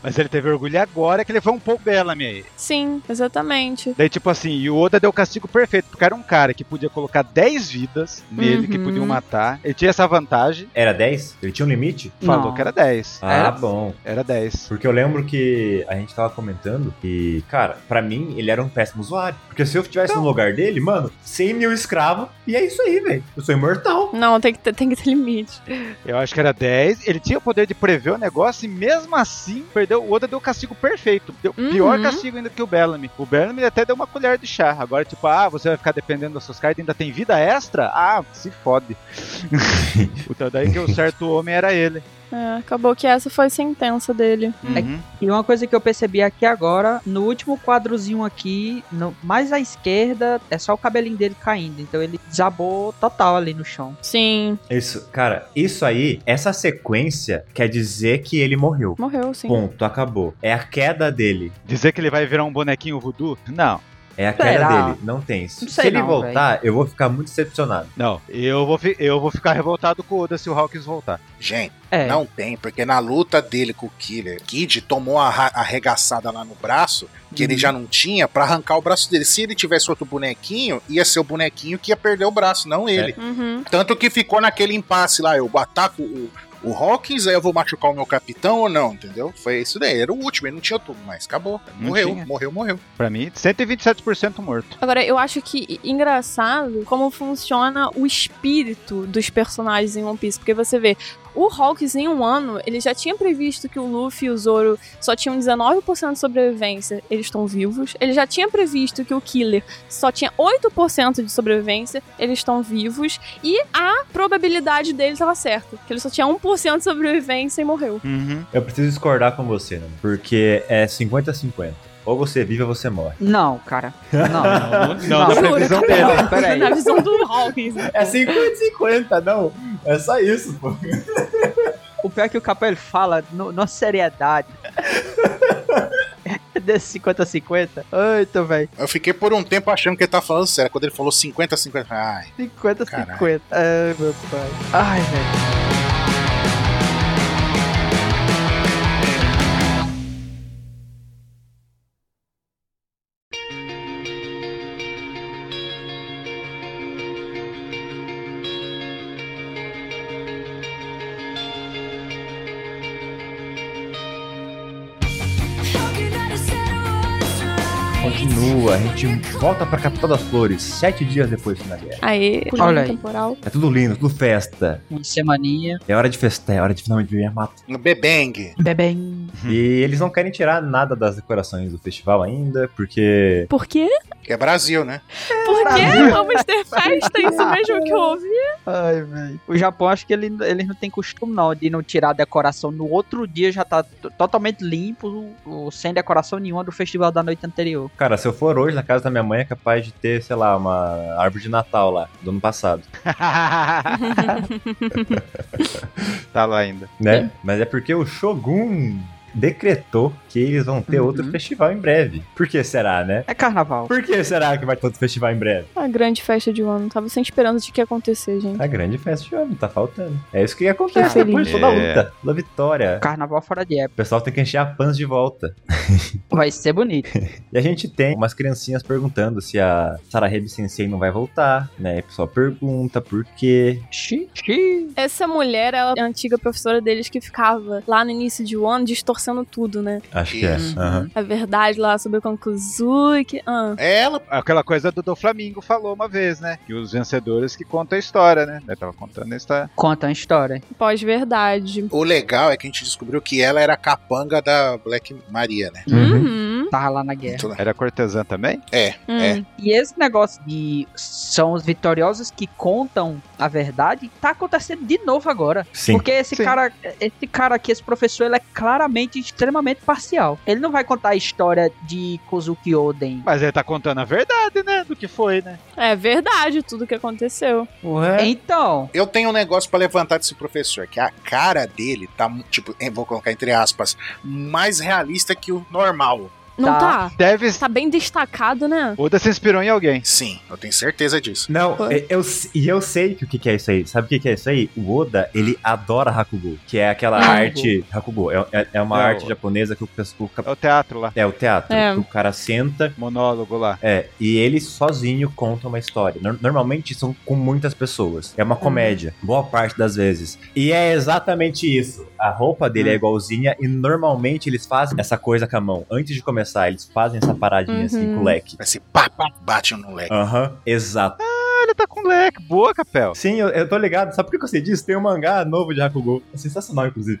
S1: Mas ele teve orgulho agora que ele foi um pouco Bellamy aí.
S4: Sim, exatamente.
S1: Daí, tipo assim, e o Oda deu o castigo perfeito, porque era um cara que podia colocar 10 vidas nele, que
S4: Uhum.
S1: podiam matar. Ele tinha essa vantagem,
S5: Era 10? Ele tinha um limite?
S1: falou
S3: Não.
S1: que era 10.
S5: Ah,
S3: Era?
S5: bom.
S1: Era 10.
S5: Porque eu lembro que a gente tava comentando que, cara, pra mim ele era um péssimo usuário. Porque se eu estivesse
S3: Então.
S5: no lugar dele, mano, 100 mil escravos, e é isso aí, velho. Eu sou imortal.
S4: Não, tem que ter, tem que ter limite.
S1: Eu acho que era 10. Ele tinha o poder de prever o negócio e mesmo assim perdeu. O Oda deu o castigo perfeito. Deu
S4: Uhum.
S1: pior castigo ainda que o Bellamy. O Bellamy até deu uma colher de chá. Agora, tipo, ah, você vai ficar dependendo das suas cartas e ainda tem vida extra? Ah, se fode. então daí que o certo homem era ele.
S4: É, acabou que essa foi a sentença dele.
S1: Uhum.
S3: E uma coisa que eu percebi aqui agora, no último quadrozinho aqui, no- mais à esquerda, é só o cabelinho dele caindo. Então ele desabou total ali no chão.
S4: Sim,
S5: Isso, cara, isso aí, essa sequência quer dizer que ele morreu.
S4: morreu, sim.
S5: Ponto, acabou. É a queda dele.
S1: Dizer que ele vai virar um bonequinho voodoo? Não.
S5: É a queda
S3: Será?
S5: dele. Não tem isso.
S3: Não sei
S5: Se ele
S3: não,
S5: voltar, eu vou ficar muito decepcionado.
S1: Não, eu vou, fi- eu vou ficar revoltado com o Oda se o Hawkins voltar.
S2: Gente,
S3: É.
S2: não tem, porque na luta dele com o Killer, Kid tomou a ra- arregaçada lá no braço, que ele
S3: Uhum.
S2: já não tinha, pra arrancar o braço dele. Se ele tivesse outro bonequinho, ia ser o bonequinho que ia perder o braço, não ele.
S4: Uhum.
S2: Tanto que ficou naquele impasse lá, eu ataco o, o Hawkins, aí eu vou machucar o meu capitão ou não, entendeu? Foi isso daí, era o último, ele não tinha tudo, mas acabou.
S1: Não
S2: Morreu,
S1: tinha.
S2: morreu, morreu.
S1: Pra mim, 127% morto.
S4: Agora, eu acho que engraçado como funciona o espírito dos personagens em One Piece. Porque você vê, o Hawks, em um ano, ele já tinha previsto que o Luffy e o Zoro só tinham 19% de sobrevivência. Eles estão vivos. Ele já tinha previsto que o Killer só tinha 8% de sobrevivência. Eles estão vivos. E a probabilidade dele estava certa. Que ele só tinha 1% de sobrevivência e morreu.
S1: Uhum.
S5: Eu preciso discordar com você, né? Porque é 50-50. Ou você vive ou você morre.
S3: Não, cara. Não.
S1: Não, não, na
S4: Jura,
S1: previsão
S4: cara?
S1: dele.
S3: Não, peraí.
S4: Na visão do Hawkins, né?
S5: É 50-50, não. É só isso, pô.
S3: O pior é que o Capel fala no, na seriedade. Desse 50-50. Eita, velho.
S2: Eu fiquei por um tempo achando que ele tá falando sério, quando ele falou 50, 50, ai,
S3: 50-50. Ai, É, meu pai. Ai, velho.
S5: Continua, a gente volta pra capital das flores, sete dias depois da guerra.
S4: Aí, pulinho
S3: Olha aí.
S4: temporal.
S5: É tudo lindo, tudo festa.
S3: Uma semaninha.
S5: É hora de festar, é hora de finalmente ver a mata.
S2: no Bebeng.
S3: Bebem.
S5: E eles não querem tirar nada das decorações do festival ainda, porque
S4: Por quê?
S2: Que é Brasil, né?
S4: Por quê? Vamos ter festa, é isso mesmo que eu ouvi.
S3: Ai, velho. O Japão, acho que ele, eles não tem costume, não, de não tirar a decoração. No outro dia já tá t- totalmente limpo, o- sem decoração nenhuma do festival da noite anterior.
S5: Cara, se eu for hoje na casa da minha mãe, é capaz de ter, sei lá, uma árvore de Natal lá, do ano passado,
S1: tá lá ainda.
S5: né? Mas é porque o Shogun decretou que eles vão ter
S3: Uhum.
S5: outro festival em breve. Por que será, né?
S3: É carnaval.
S5: Por que será que vai ter outro festival em breve?
S4: A grande festa de um ano. Tava sem esperança de que ia acontecer, gente.
S5: A grande festa de ano, tá faltando. É isso que acontece
S4: Que
S5: depois de toda a
S1: feliz.
S5: luta, da vitória.
S3: Carnaval fora de época.
S5: O pessoal tem que encher a pans de volta.
S3: Vai ser bonito.
S5: E a gente tem umas criancinhas perguntando se a Sarahebe Sensei não vai voltar, né? E o pessoal pergunta por quê.
S3: Xi, xi.
S4: Essa mulher, ela é a antiga professora deles que ficava lá no início de um ano distorcendo tudo, né?
S5: Acho que é.
S3: Uhum.
S2: Isso.
S5: Aham.
S4: A verdade lá sobre o Kankuzuki. Ah,
S2: É ela,
S1: Aquela coisa do, do Flamingo falou uma vez, né? Que os vencedores que contam a história, né? Eu tava contando a história.
S3: Conta uma história.
S4: pós-verdade.
S2: O legal é que a gente descobriu que ela era a capanga da Black Maria, né? Então,
S4: Uhum.
S3: tava lá na guerra.
S2: Muito bem.
S1: Era cortesã também?
S4: Hum.
S3: E esse negócio de são os vitoriosos que contam a verdade, tá acontecendo de novo agora.
S5: Sim.
S3: Porque esse
S1: Sim.
S3: cara, esse cara aqui, esse professor, ele é claramente extremamente parcial. Ele não vai contar a história de Kozuki Oden.
S1: Mas ele tá contando a verdade, né? Do que foi, né?
S4: É verdade tudo que aconteceu.
S5: Ué.
S3: Então,
S2: Eu tenho um negócio pra levantar desse professor, que a cara dele tá, mu- tipo, eh, vou colocar entre aspas, mais realista que o normal.
S4: Não
S3: Tá.
S4: tá.
S1: Deve.
S4: Tá bem destacado, né?
S1: Oda se inspirou em alguém.
S2: Sim, eu tenho certeza disso.
S5: Não, e- eu, s- e eu sei que o que, que é isso aí. Sabe o que, que é isso aí? O Oda, ele adora Hakugo, que é aquela
S4: Hakugo.
S5: arte. Hakugo é, é- é uma
S1: É o-
S5: arte japonesa que o, pes- o cap-
S1: É o teatro lá.
S5: é o teatro.
S4: É.
S5: Que o cara senta
S1: Monólogo lá.
S5: É, e ele sozinho conta uma história. Nor- Normalmente são com muitas pessoas. É uma comédia, boa parte das vezes. E é exatamente isso. A roupa dele é igualzinha e normalmente eles fazem essa coisa com a mão. Antes de começar, eles fazem essa paradinha assim
S4: Uhum.
S5: com o leque.
S2: Esse pá, pá, bate no leque.
S5: Aham, exato.
S1: Ele tá com leque. Boa, Capel.
S5: Sim, eu, eu tô ligado. Sabe por que eu sei disso? Tem um mangá novo de Hakugo. É sensacional, inclusive.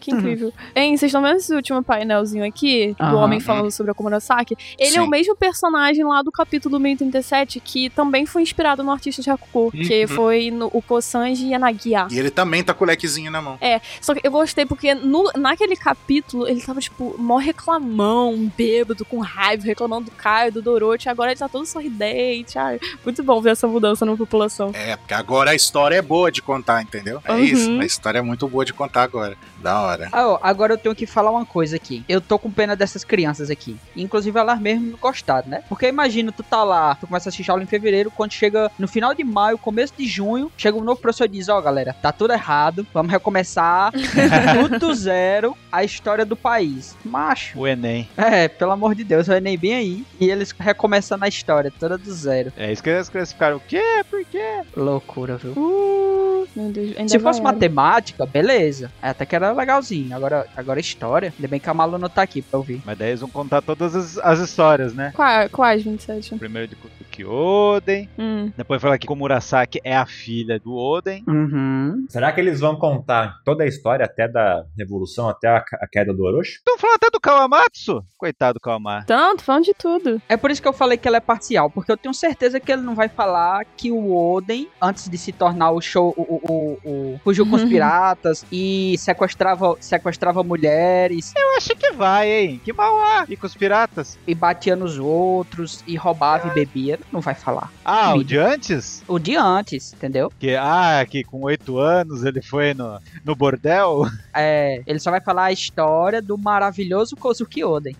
S4: Que incrível. Hein, vocês estão vendo esse último painelzinho aqui? Do
S3: Aham.
S4: homem falando sobre a Kumurasaki? Ele é o
S2: Sim.
S4: mesmo personagem lá do capítulo 1037 que também foi inspirado no artista de Hakuko, que
S2: Uhum.
S4: foi no, o Kosanji Yanagiya.
S2: E ele também tá com o lequezinho na mão.
S4: Só que eu gostei porque no- naquele capítulo ele tava, tipo, mó reclamão, bêbado, com raiva, reclamando do Caio, do Dorote. Agora ele tá todo sorridente. Ai, muito bom ver essa mudança na população.
S2: É, porque agora a história é boa de contar, entendeu? É
S4: Uhum.
S2: isso, a história é muito boa de contar agora. Da hora.
S3: ah, ó, agora eu tenho que falar uma coisa aqui. Eu tô com pena dessas crianças aqui. Inclusive, elas mesmo não gostaram, né? Porque imagina, tu tá lá, tu começa a assistir aula em fevereiro, quando chega no final de maio, começo de junho, chega um novo professor e diz, ó, galera, tá tudo errado, vamos recomeçar tudo do zero a história do país. Macho.
S1: O Enem.
S3: É, pelo amor de Deus, o Enem bem aí. E eles recomeçando a história toda do zero.
S1: É isso que as crianças ficaram. O quê? Por quê?
S3: Loucura, viu?
S4: Uh, meu Deus, ainda
S3: Se fosse
S4: vai.
S3: matemática, beleza. É, Até que era legalzinho. Agora, agora é história. Ainda bem que a Malu não tá aqui pra ouvir.
S1: Mas daí eles vão contar todas as, as histórias, né?
S4: Qua- Quais 27?
S1: Primeiro de Kutuki Oden.
S4: Hum.
S1: Depois falar que Komurasaki é a filha do Oden.
S3: Uhum.
S5: Será que eles vão contar toda a história, até da Revolução, até a, ca- a queda do Orochi?
S1: Estão falando até do Kawamatsu. Coitado do Kawamatsu.
S4: Tanto, falando de tudo.
S3: É por isso que eu falei que ela é parcial, porque eu tenho certeza que ele não vai falar que o Oden, antes de se tornar o show, o, o, o, o fugiu com os
S4: Uhum.
S3: piratas e sequestrava, sequestrava mulheres
S1: Eu acho que vai, hein? Que mauá. E com os piratas.
S3: e batia nos outros e roubava e bebia. Ele Não vai falar.
S1: Ah, o
S3: Mídia.
S1: de antes?
S3: O de antes, entendeu?
S1: Que, ah, que com oito anos ele foi no, no bordel.
S3: É, ele só vai falar a história do maravilhoso Kozuki Oden.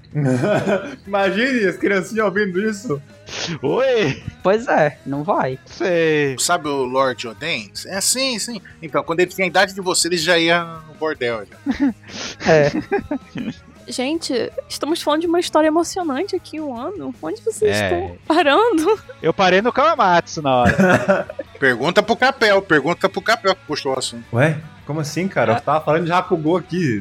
S5: Imagine as criancinhas ouvindo isso.
S1: Oi.
S3: Pois é, não vai.
S1: Sei.
S2: Sabe o Lord Oden? É, sim, sim. Então, quando ele tinha a idade de você, ele já ia no bordel. já.
S3: É.
S4: Gente, estamos falando de uma história emocionante aqui um ano. Onde vocês
S1: É.
S4: estão parando?
S1: Eu parei no Kawamatsu na hora.
S2: Pergunta pro Capel, pergunta pro Capel que puxou o assunto.
S5: Ué? Como assim, cara? Eu tava falando de Hakugou aqui.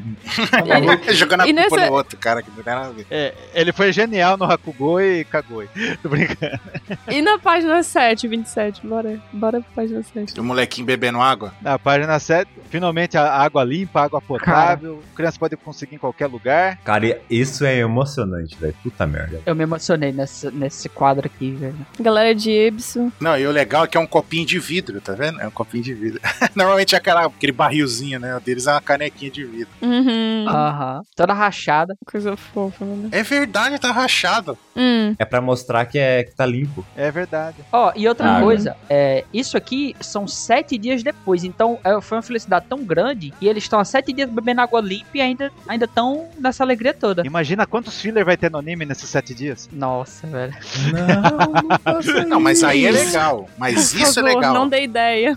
S5: Tá
S4: E aí,
S5: maluco?
S2: Jogando a
S4: É. E
S2: culpa
S4: nessa-
S2: no outro, cara, que não tem nada a ver.
S1: É, ele foi genial no Hakugo e cagou. Tô brincando.
S4: E na página 7, 27? Bora, bora pra página 7.
S2: E o molequinho bebendo água?
S1: Na página 7, finalmente a água limpa, água potável. Criança pode conseguir em qualquer lugar.
S5: Cara, isso é emocionante, velho. Puta merda.
S3: Eu me emocionei nesse, nesse quadro aqui, velho.
S4: Galera de Ibsen.
S2: Não, e o legal é que é um copinho de vidro, tá vendo? É um copinho de vidro. Normalmente é aquela, aquele barrilzinho, né? O deles é uma canequinha de vidro.
S4: Uhum.
S3: Aham. Toda rachada.
S4: Coisa fofa, né?
S2: É verdade, tá rachado.
S4: Hum.
S5: É pra mostrar que, é, que tá limpo.
S1: É verdade.
S3: Ó, e outra
S5: Ah,
S3: coisa, é, isso aqui são sete dias depois, então é, foi uma felicidade tão grande e eles estão há sete dias bebendo água limpa e ainda ainda estão nessa alegria toda.
S1: Imagina quantos filler vai ter no anime nesses sete dias.
S3: Nossa, velho.
S5: Não, não faça
S2: Não, mas aí é
S5: isso.
S2: legal. Mas
S4: Por
S2: isso é
S4: favor,
S2: legal.
S4: Não dei ideia.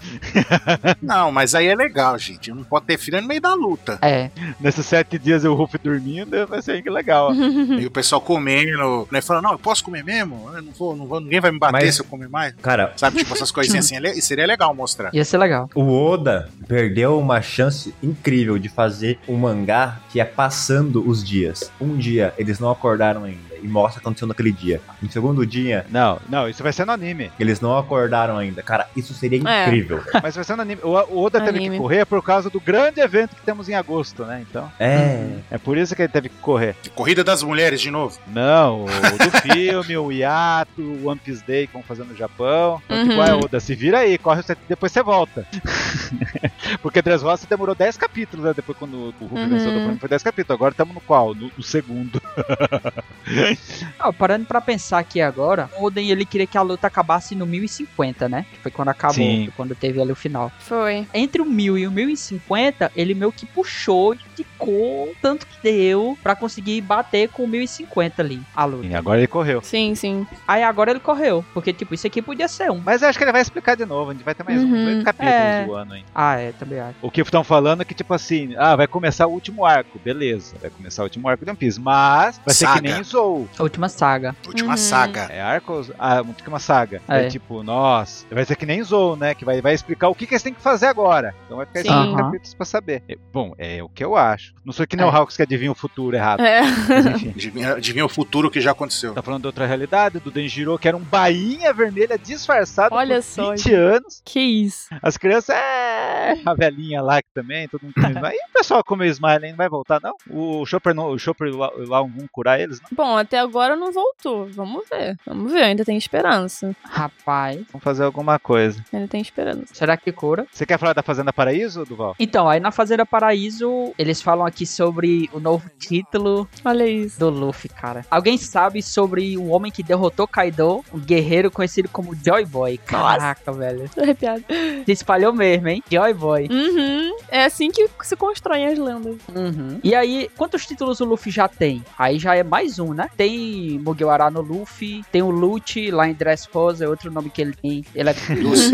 S2: Não, mas aí é legal, gente. Não pode ter filha no meio da luta.
S3: É.
S1: Nesses sete dias eu Ruff dormindo, vai ser legal.
S4: Uhum.
S2: E o pessoal comendo, né? Falando, não, eu posso comer mesmo? Eu não vou, não vou, ninguém vai me bater
S5: Mas-
S2: se eu comer mais.
S5: Cara,
S2: Sabe, tipo, essas coisinhas assim. é le- Seria legal mostrar.
S3: Ia ser legal.
S5: o Oda perdeu uma chance incrível de fazer um mangá que é passando os dias. Um dia eles não acordaram ainda. e mostra o que aconteceu naquele dia. No segundo dia,
S1: Não, não, isso vai ser no anime.
S5: eles não acordaram ainda. Cara, isso seria
S4: É.
S5: incrível.
S1: Mas vai ser no anime. O, o Oda teve que
S4: Anime.
S1: correr por causa do grande evento que temos em agosto, né? Então,
S5: É.
S1: é por isso que ele teve que correr.
S2: Corrida das mulheres de novo.
S1: Não, o do filme, o Yato, o One Piece Day que vão fazer no Japão. Então, tipo,
S4: Uhum.
S1: é, Oda, se vira aí, corre, você- depois você volta. Porque Dress Rosa demorou 10 capítulos, né? Depois quando o Ruby
S4: Uhum.
S1: venceu do prêmio, foi 10 capítulos. Agora estamos no qual? No, no segundo.
S3: Ah, parando pra pensar aqui agora, o Oden ele queria que a luta acabasse no 1050, né? Que foi quando acabou,
S1: Sim.
S3: foi quando teve ali o final.
S4: Foi.
S3: Entre o 1000 e o 1050, ele meio que puxou e ficou o tanto que deu pra conseguir bater com o 1050 ali, a luta.
S1: E agora ele correu.
S4: Sim, sim.
S3: Aí agora ele correu, porque tipo, isso aqui podia ser um.
S1: Mas eu acho que ele vai explicar de novo. A gente vai ter mais
S4: Uhum,
S1: um dois capítulos
S3: é.
S1: do ano ainda.
S3: Ah, é, também acho.
S1: O que estão falando é que, tipo assim, ah, vai começar o último arco, beleza, vai começar o último arco de One Piece, mas vai ser
S2: Saga.
S1: que nem Zou.
S3: A última saga.
S2: Última
S4: Uhum.
S2: saga.
S1: É arco, ou- ah, muito que uma saga. É.
S3: É.
S1: tipo, nossa, vai ser que nem Zou, né? Que vai, vai explicar o que, que eles têm que fazer agora. Então vai ficar esses
S4: Sim.
S1: cinco
S3: Aham.
S1: capítulos pra saber. É, bom, é o que eu acho. Não sou que nem o
S3: É.
S1: Hawks que adivinha o futuro errado.
S4: É.
S1: Mas enfim.
S2: Adivinha, adivinha o futuro que já aconteceu. né?
S1: Tá falando de outra realidade, do Denjiro, que era um bainha vermelha disfarçado
S4: Olha
S1: por
S4: só,
S1: 20 anos.
S4: Que isso.
S1: As crianças, é, a velhinha lá que também, todo mundo comendo Aí o pessoal comeu Smiley, não vai voltar não? O Chopper, não, o Chopper lá, lá vão curar eles, não?
S4: Bom, até agora não voltou. Vamos ver. Vamos ver, ainda tem esperança.
S3: Rapaz,
S1: Vão fazer alguma coisa.
S4: Ainda tem esperança.
S3: será que cura?
S1: Você quer falar da Fazenda Paraíso, Duval?
S3: Então, aí na Fazenda Paraíso, eles falam aqui sobre o novo título
S4: Olha isso.
S3: do Luffy, cara. Alguém sabe sobre o homem que derrotou Kaido, um guerreiro conhecido como Joy Boy. Caraca, velho.
S4: Tô arrepiada.
S3: Se espalhou mesmo, hein? Joy Boy.
S4: Uhum. É assim que se constroem as lendas.
S3: E aí, quantos títulos o Luffy já tem? Aí já é mais um, né? Tem Mugiwara no Luffy, tem o Lute lá em Dressrosa, é outro nome que ele tem. Ele é
S2: Lucy,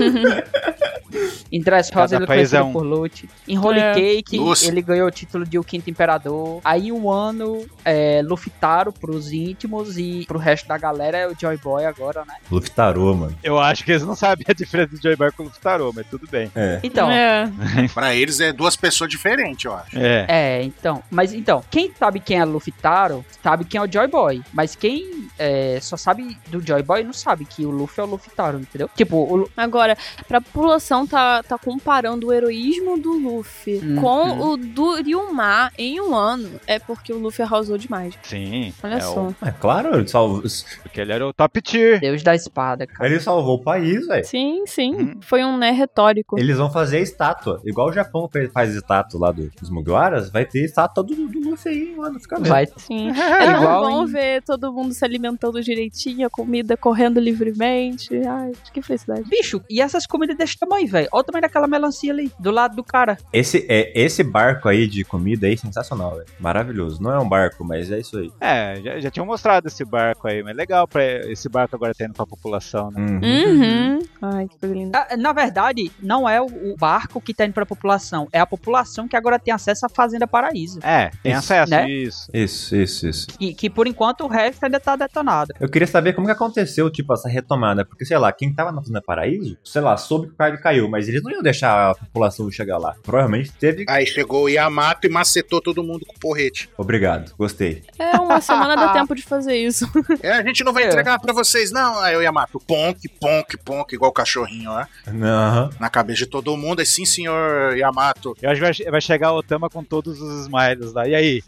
S3: Em Dressrosa
S1: Cada
S3: ele é
S1: país
S3: conhecido
S1: é um.
S3: por Lute. Em Holy
S4: É.
S3: Cake,
S2: Nossa.
S3: ele ganhou o título de O Quinto Imperador. Aí um ano, é, Lufitaro pros íntimos e pro resto da galera é o Joy Boy agora, né?
S5: Luffy tarô, mano.
S1: Eu acho que eles não sabem a diferença de Joy Bar com o Tarô, mas tudo bem.
S5: É.
S3: Então, é.
S4: É.
S2: pra eles é duas pessoas diferentes, eu acho.
S1: É.
S3: então. Mas então, quem sabe quem é Lufitaro, sabe quem é o Joy Boy. Mas quem é, só sabe do Joy Boy não sabe que o Luffy é o Lufitaro, entendeu? Tipo, o Lu-
S4: Agora, pra população tá, tá comparando o heroísmo do Luffy
S3: Hum,
S4: com
S3: hum.
S4: o do Ryumar em um ano, é porque o Luffy arrasou demais.
S1: Sim.
S4: Olha
S1: é
S4: só.
S1: o-
S5: É claro, ele salvou,
S1: porque ele era o top tier.
S3: Deus da Espada, cara.
S5: ele salvou o país, velho.
S4: Sim, sim.
S1: Hum.
S4: Foi um né retórico.
S5: Eles vão fazer estátua. Igual o Japão fez- faz estátua lá do- dos Mugiwaras, vai ter estátua do, do Luffy aí, mano. Fica vendo.
S3: Vai.
S4: Sim.
S3: É
S4: É
S3: igual
S4: bom
S3: em-
S4: ver todo mundo se alimentando direitinho, a comida correndo livremente. Ai, que felicidade.
S3: Bicho, e essas comidas desse tamanho, velho? Olha o tamanho daquela melancia ali, do lado do cara.
S5: Esse, é, esse barco aí de comida aí, é sensacional, velho. Maravilhoso. Não é um barco, mas é isso aí.
S1: É, já, já tinham mostrado esse barco aí, mas legal pra esse barco agora tendo pra população, né?
S5: Uhum.
S4: Uhum. Ai, que coisa linda.
S3: Ah, Na verdade, não é o o barco que tá indo pra população, é a população que agora tem acesso à Fazenda Paraíso.
S1: É, tem
S5: Isso,
S1: acesso,
S3: né?
S1: isso.
S5: Isso, isso, isso.
S3: E que por enquanto o resto ainda tá detonado.
S5: Eu queria saber como que aconteceu, tipo, essa retomada. Porque, sei lá, quem tava na Fazenda Paraíso, sei lá, soube que o Kaido caiu, mas eles não iam deixar a população chegar lá. Provavelmente teve.
S2: Aí chegou o Yamato e macetou todo mundo com porrete.
S5: Obrigado, gostei.
S4: É uma semana dá tempo de fazer isso.
S2: É, a gente não vai
S3: É.
S2: entregar pra vocês, não. Aí o Yamato, ponk, ponk, ponk, igual o cachorrinho lá,
S5: Não.
S2: na cabeça de todo mundo. Aí sim, senhor Yamato.
S1: Eu acho que vai, che- vai chegar o Otama com todos os smiles lá. E aí?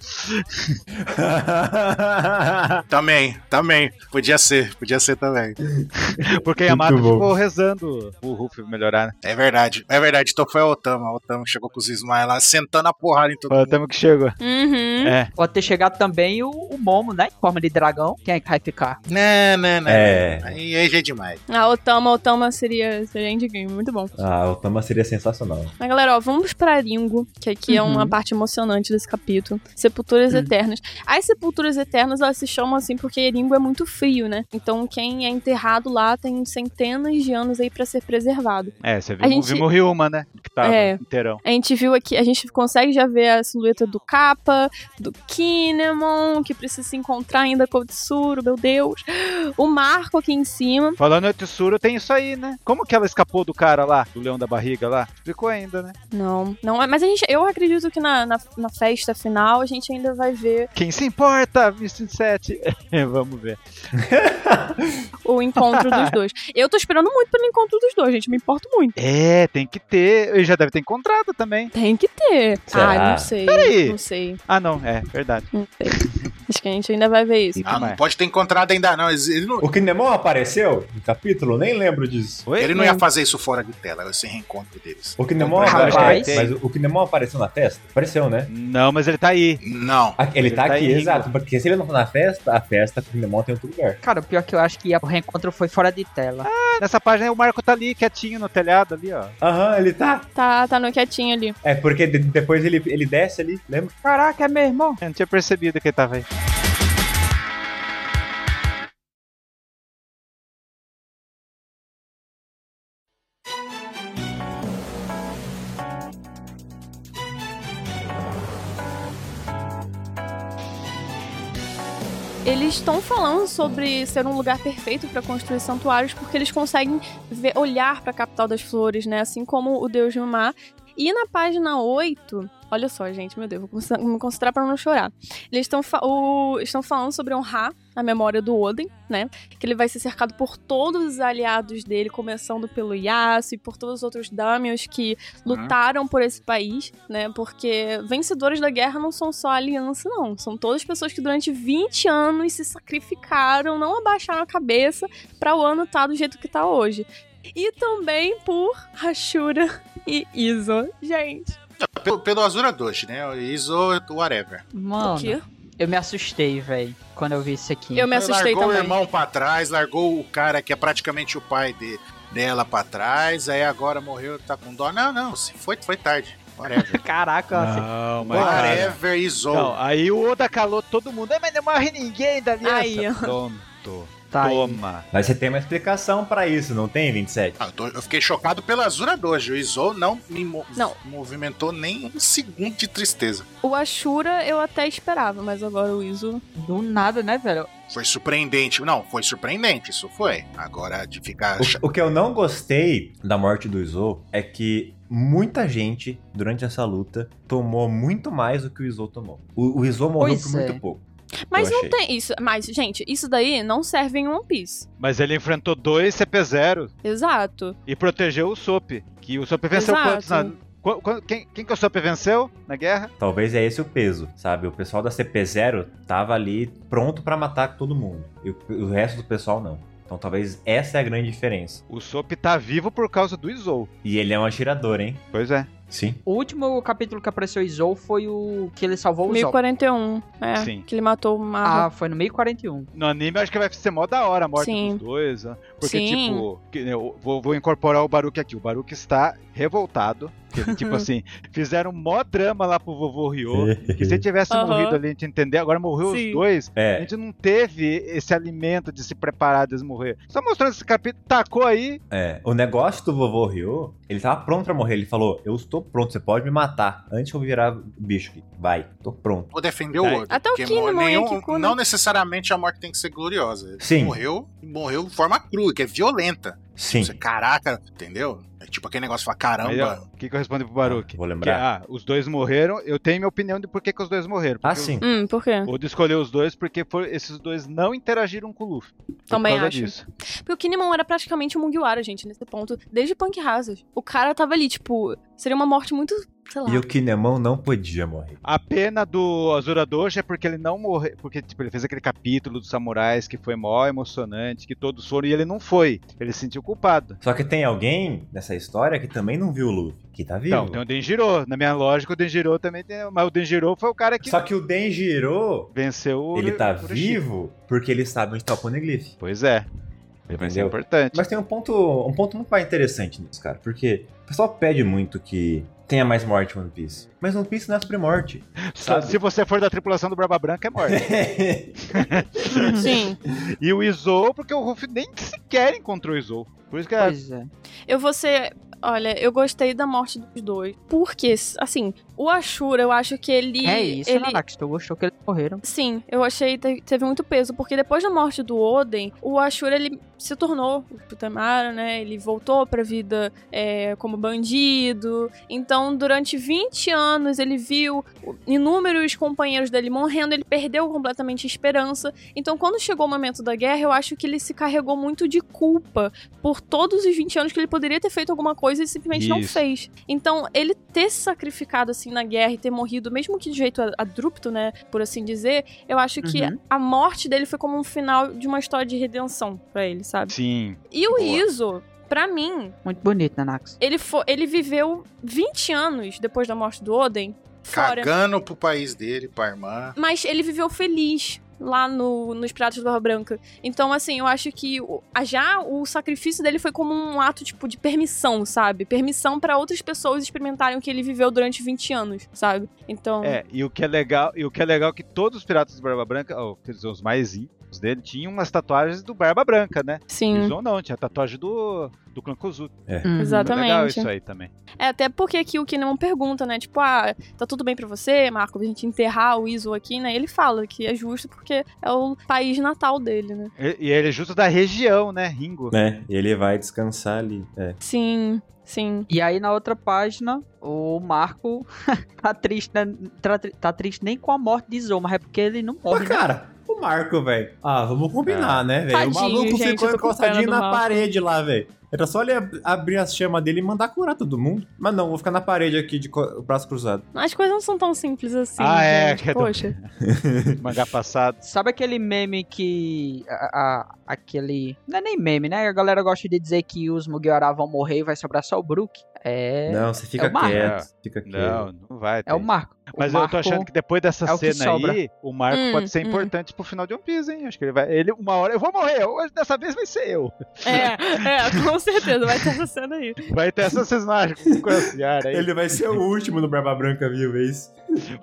S2: Também, também. Podia ser, podia ser também.
S1: Porque
S5: Muito
S1: Yamato
S5: bom.
S1: ficou rezando o Ruffy melhorar, né?
S2: É verdade, é verdade. Então foi o Otama. O Otama chegou com os Ismael lá, sentando a porrada em todo
S1: Foi o
S2: mundo.
S1: Otama que chegou.
S4: Uhum.
S1: É.
S3: Pode ter chegado também o, o Momo, né? Em forma de dragão. Quem é que vai ficar?
S2: Não, não, não. né,
S5: É.
S2: Aí, aí já é demais.
S4: A Otama, Otama seria, seria endgame, muito bom.
S5: Ah, o Tama seria sensacional.
S4: Mas galera, ó, vamos pra Ringo, que aqui é
S3: Uhum.
S4: uma parte emocionante desse capítulo. Sepulturas Eternas. As Sepulturas Eternas, elas se chamam assim porque Ringo é muito frio, né? Então quem é enterrado lá tem centenas de anos aí pra ser preservado.
S1: É, você viu,
S4: A gente-
S1: viu o Ryuma, né? Que estava
S4: É.
S1: inteirão.
S4: A gente viu aqui, a gente consegue já ver a silhueta do Kappa, do Kinemon, que precisa se encontrar ainda com o Tsuru, meu Deus. O Marco aqui em cima.
S1: Falando em Tsuru, tem isso aí, né? Como que ela escapou do cara lá, do leão da barriga lá? Ficou ainda, né?
S4: Não, não, é, mas a gente, eu acredito que na, na, na festa final a gente ainda vai ver
S1: Quem se importa, Mr. 7? Vamos ver.
S4: o encontro dos dois. Eu tô esperando muito pelo encontro dos dois, gente, me importo muito.
S1: É, tem que ter. Ele já deve ter encontrado também.
S4: Tem que ter.
S5: Será?
S4: Ah, não sei.
S1: Peraí.
S4: Não sei,
S1: Ah, não, é, verdade.
S4: não sei. Acho que a gente ainda vai ver isso.
S2: Ah, não
S1: Mas-
S2: pode ter encontrado ainda não. Ele não,
S5: O Kinemon apareceu no capítulo? Nem lembro disso.
S1: Oi?
S2: ele não ia fazer isso fora de tela, esse reencontro deles.
S5: O Kinemon,
S1: Rapaz.
S5: apareceu- mas o Kinemon apareceu na festa? Apareceu, né?
S1: Não, mas ele tá aí.
S2: Não.
S5: Ah, Ele,
S1: Ele
S5: tá,
S1: tá
S5: aqui,
S1: em Ringo.
S5: exato. Porque se ele não for na festa, a festa com o Kinemon tem outro lugar.
S3: Cara, o pior é que eu acho que o reencontro foi fora de tela.
S1: Ah, Nessa página o Marco tá ali, quietinho no telhado ali, ó.
S5: Aham, ele tá.
S4: Tá, tá no quietinho ali.
S5: É, porque de- depois ele, ele desce ali, lembra?
S3: Caraca, é meu irmão.
S1: Eu não tinha percebido que ele tava aí.
S4: Eles estão falando sobre ser um lugar perfeito para construir santuários porque eles conseguem ver- olhar para a capital das flores, né? Assim como o deus do mar. E na página 8, olha só, gente, meu Deus, vou conce- me concentrar para não chorar. Eles estão fa- o- estão falando sobre honrar a memória do Odin, né? Que ele vai ser cercado por todos os aliados dele, começando pelo Yasuo e por todos os outros Damios que lutaram por esse país, né? Porque vencedores da guerra não são só a aliança, não. São todas pessoas que durante 20 anos se sacrificaram, não abaixaram a cabeça pra o ano estar do jeito que tá hoje. E também por Hashura e Izo. Gente,
S2: Pelo, pelo Azura Doshi, né? O Iso, whatever.
S3: Mano,
S4: o quê?
S3: eu me assustei, velho, quando eu vi isso aqui.
S4: Eu me assustei
S2: largou o
S4: também.
S2: irmão pra trás, largou o cara que é praticamente o pai de- dela pra trás, aí agora morreu, tá com dó. Não, não, se foi, foi tarde. Whatever.
S1: Ah,
S3: Caraca, assim,
S1: Não,
S2: whatever, Iso.
S1: Não, aí o Oda calou todo mundo. "Ah, Mas não morre ninguém da aliança.
S4: Aí, ó.
S1: Pronto.
S3: tá aí.
S1: Toma.
S5: Mas você tem uma explicação pra isso, não tem, 27?
S2: Ah, eu, tô- eu fiquei chocado pela Azura Doji. O Izo não me mo-
S4: Não.
S2: movimentou nem um segundo de tristeza.
S4: O Ashura eu até esperava, mas agora o Izo.
S3: Do nada, né, velho?
S2: Foi surpreendente. Não, foi surpreendente, isso foi. Agora, de ficar. cha-
S5: O, o que eu não gostei da morte do Izou é que muita gente, durante essa luta, tomou muito mais do que o Izou tomou. O, o Izou morreu
S3: Pois
S5: por muito
S3: é.
S5: pouco.
S4: Mas
S5: Eu
S4: não
S5: achei.
S4: tem isso. Mas, gente, isso daí não serve em One Piece.
S1: Mas ele enfrentou dois CP0
S4: Exato.
S1: e protegeu o Sop. Que o Sop venceu
S4: Exato.
S1: quantos? Na... Qu- qu- Quem, quem que o Sop venceu na guerra?
S5: Talvez é esse o peso, sabe? O pessoal da CP0 tava ali pronto pra matar todo mundo. E o, o resto do pessoal não. Então talvez essa é a grande diferença.
S1: O Sop tá vivo por causa do Izou.
S5: E ele é um atirador, hein?
S1: Pois é.
S5: Sim.
S3: O último capítulo que apareceu o Izou foi o que ele salvou o Zop.
S4: 1041. É.
S1: Sim.
S4: Que ele matou o Marro.
S3: Ah, foi no 1041.
S1: No anime eu acho que vai ser mó da hora a morte
S4: Sim.
S1: dos dois. né? Porque,
S4: Sim.
S1: tipo, que nem eu vou, vou incorporar o Baruque aqui. O Baruque está revoltado. que ele, tipo assim, fizeram mó drama lá pro vovô Ryo. Que se ele tivesse
S4: Aham.
S1: morrido ali, a gente entender. Agora morreu
S4: Sim.
S1: os dois. A
S5: É,
S1: gente não teve esse alimento de se preparar de morrer. Só mostrando esse capítulo, tacou aí.
S5: é. O negócio do vovô Ryu, ele tava pronto pra morrer. Ele falou: Eu estou pronto, você pode me matar antes que eu virar bicho. aqui. Vai, tô pronto.
S2: Vou defender o
S1: Tá.
S2: outro.
S4: Até o
S2: mo-
S4: Kinemon e a
S2: nenhum-
S4: Kikuno.
S2: Não necessariamente a morte tem que ser gloriosa.
S5: Sim.
S2: Morreu, morreu de forma crua, que é violenta.
S5: Sim.
S2: Você, caraca, entendeu? É tipo aquele negócio, fala,
S1: Aí, ó,
S5: é-
S2: caramba.
S1: O que, que eu respondo pro Baruque?
S5: Vou
S1: Que,
S5: lembrar.
S1: ah, os dois morreram. Eu tenho minha opinião de por que, que os dois morreram.
S5: Ah,
S1: Porque
S5: sim.
S4: Hum, por quê?
S1: O Oda escolheu os dois porque for- esses dois não interagiram com o Luffy. Por
S4: Também
S1: causa
S4: acho.
S1: disso.
S4: Porque o Kinemon era praticamente um Mugiwara, gente, nesse ponto. Desde Punk Hazard. O cara tava ali, tipo... Seria uma morte muito... Sei lá.
S5: E o Kinemon não podia morrer.
S1: A pena do Azura Doji é porque ele não morreu. Porque, tipo, ele fez aquele capítulo dos samurais que foi mó emocionante, que todos foram, e ele não foi. Ele se sentiu culpado.
S5: Só que tem alguém nessa história que também não viu o Luffy, que tá vivo.
S1: Então, tem o Denjiro. Na minha lógica, o Denjiro também tem. Mas o Denjiro foi o cara que
S5: Só que o Denjiro,
S1: venceu o.
S5: ele tá
S1: o Orochi.
S5: vivo porque ele sabe onde tá o Poneglyph.
S1: Pois é. Ele vai ser
S5: Entendeu?
S1: importante.
S5: Mas tem um ponto, um ponto muito mais interessante nisso, cara, porque o pessoal pede muito que tenha mais morte em One Piece. Mas One Piece não é sobre morte.
S1: Só-
S5: sabe?
S1: Se você for da tripulação do Barba Branca, é morte.
S4: Sim.
S1: e o Izou, porque o Ruff nem sequer encontrou o Izou. Por isso que é a
S3: Pois é.
S4: Eu vou ser Olha, eu gostei da morte dos dois. Porque, assim, o Ashura, eu acho que ele.
S3: é isso,
S4: ele...
S3: Nanax. Tu gostou que eles morreram.
S4: Sim, eu achei te- teve muito peso, porque depois da morte do Oden, o Ashura ele se tornou o Putamara, né? Ele voltou pra vida é, como bandido. Então, durante 20 anos, ele viu inúmeros companheiros dele morrendo, ele perdeu completamente a esperança. Então, quando chegou o momento da guerra, eu acho que ele se carregou muito de culpa por todos os 20 anos que ele poderia ter feito alguma coisa e simplesmente não
S1: Isso.
S4: fez. Então, ele ter se sacrificado assim na guerra e ter morrido, mesmo que de jeito abrupto, né? Por assim dizer, eu acho que
S3: Uhum.
S4: a morte dele foi como um final de uma história de redenção pra ele, sabe?
S1: Sim.
S4: E o
S2: Boa.
S4: Iso, pra mim,
S3: Muito bonito, Nanax.
S4: ele, foi, ele viveu 20 anos depois da morte do Oden fora.
S2: Cagando pro país dele, pra irmã.
S4: Mas ele viveu feliz lá no, nos Pratos da Barra Branca. Então, assim, eu acho que o- a- já o sacrifício dele foi como um ato, tipo, de permissão, sabe? Permissão pra outras pessoas experimentarem o que ele viveu durante 20 anos, sabe? Então,
S1: É, e o que é legal, e o que é legal é que todos os piratas do Barba Branca, ou quer dizer, os mais íntimos dele, tinham umas tatuagens do Barba Branca, né?
S4: sim.
S1: Bison não, tinha tatuagem do, do clã Kuzuki.
S4: Hum. Exato.
S1: Foi legal
S4: Exatamente.
S1: isso aí também.
S4: É, até porque aqui o Kinemon pergunta, né? Tipo, ah, tá tudo bem pra você, Marco, pra gente enterrar o Iso aqui, né? Ele fala que é justo porque é o país natal dele, né?
S1: E, e ele é justo da região, né? Ringo.
S5: É, ele vai descansar ali. É.
S4: Sim, sim.
S3: E aí na outra página, o Marco tá triste, né? tá, tri- tá triste nem com a morte de Zoma, mas é porque ele não morre,
S5: Mas,
S3: né?
S5: cara, o Marco, velho. Ah, vamos combinar, né, velho? O
S4: Tadinho,
S5: maluco
S4: gente,
S5: ficou
S4: eu tô com pena
S5: encostadinho
S4: do
S5: na
S4: Marco.
S5: parede lá, velho. Era só ele ab- abrir as chamas dele e mandar curar todo mundo. Mas não, vou ficar na parede aqui de co- o braço cruzado.
S4: As coisas não são tão simples assim.
S1: Ah, é,
S4: gente.
S1: que é do-
S4: Poxa.
S1: Mangá passado.
S3: Sabe aquele meme que. A, a- aquele. Não é nem meme, né? A galera gosta de dizer que os Mugiwara vão morrer e vai sobrar só o Brook. É.
S5: Não, você fica
S3: o Marco.
S5: quieto. Fica quieto.
S1: Não, não vai.
S3: É o
S1: ter.
S3: Marco. O
S1: Mas eu
S3: Marco-
S1: tô achando que depois dessa
S3: é o que
S1: cena
S3: sobra.
S1: aí, o Marco
S4: Hum,
S1: pode ser
S4: hum.
S1: importante pro final de One Piece, hein? Acho que ele vai. Ele, uma hora, eu vou morrer, hoje dessa vez vai ser eu.
S4: É, é, com certeza, vai ter essa cena aí.
S1: Vai ter essa cena com esse ar aí.
S5: Ele vai ser o último no Barba Branca, viu? É isso.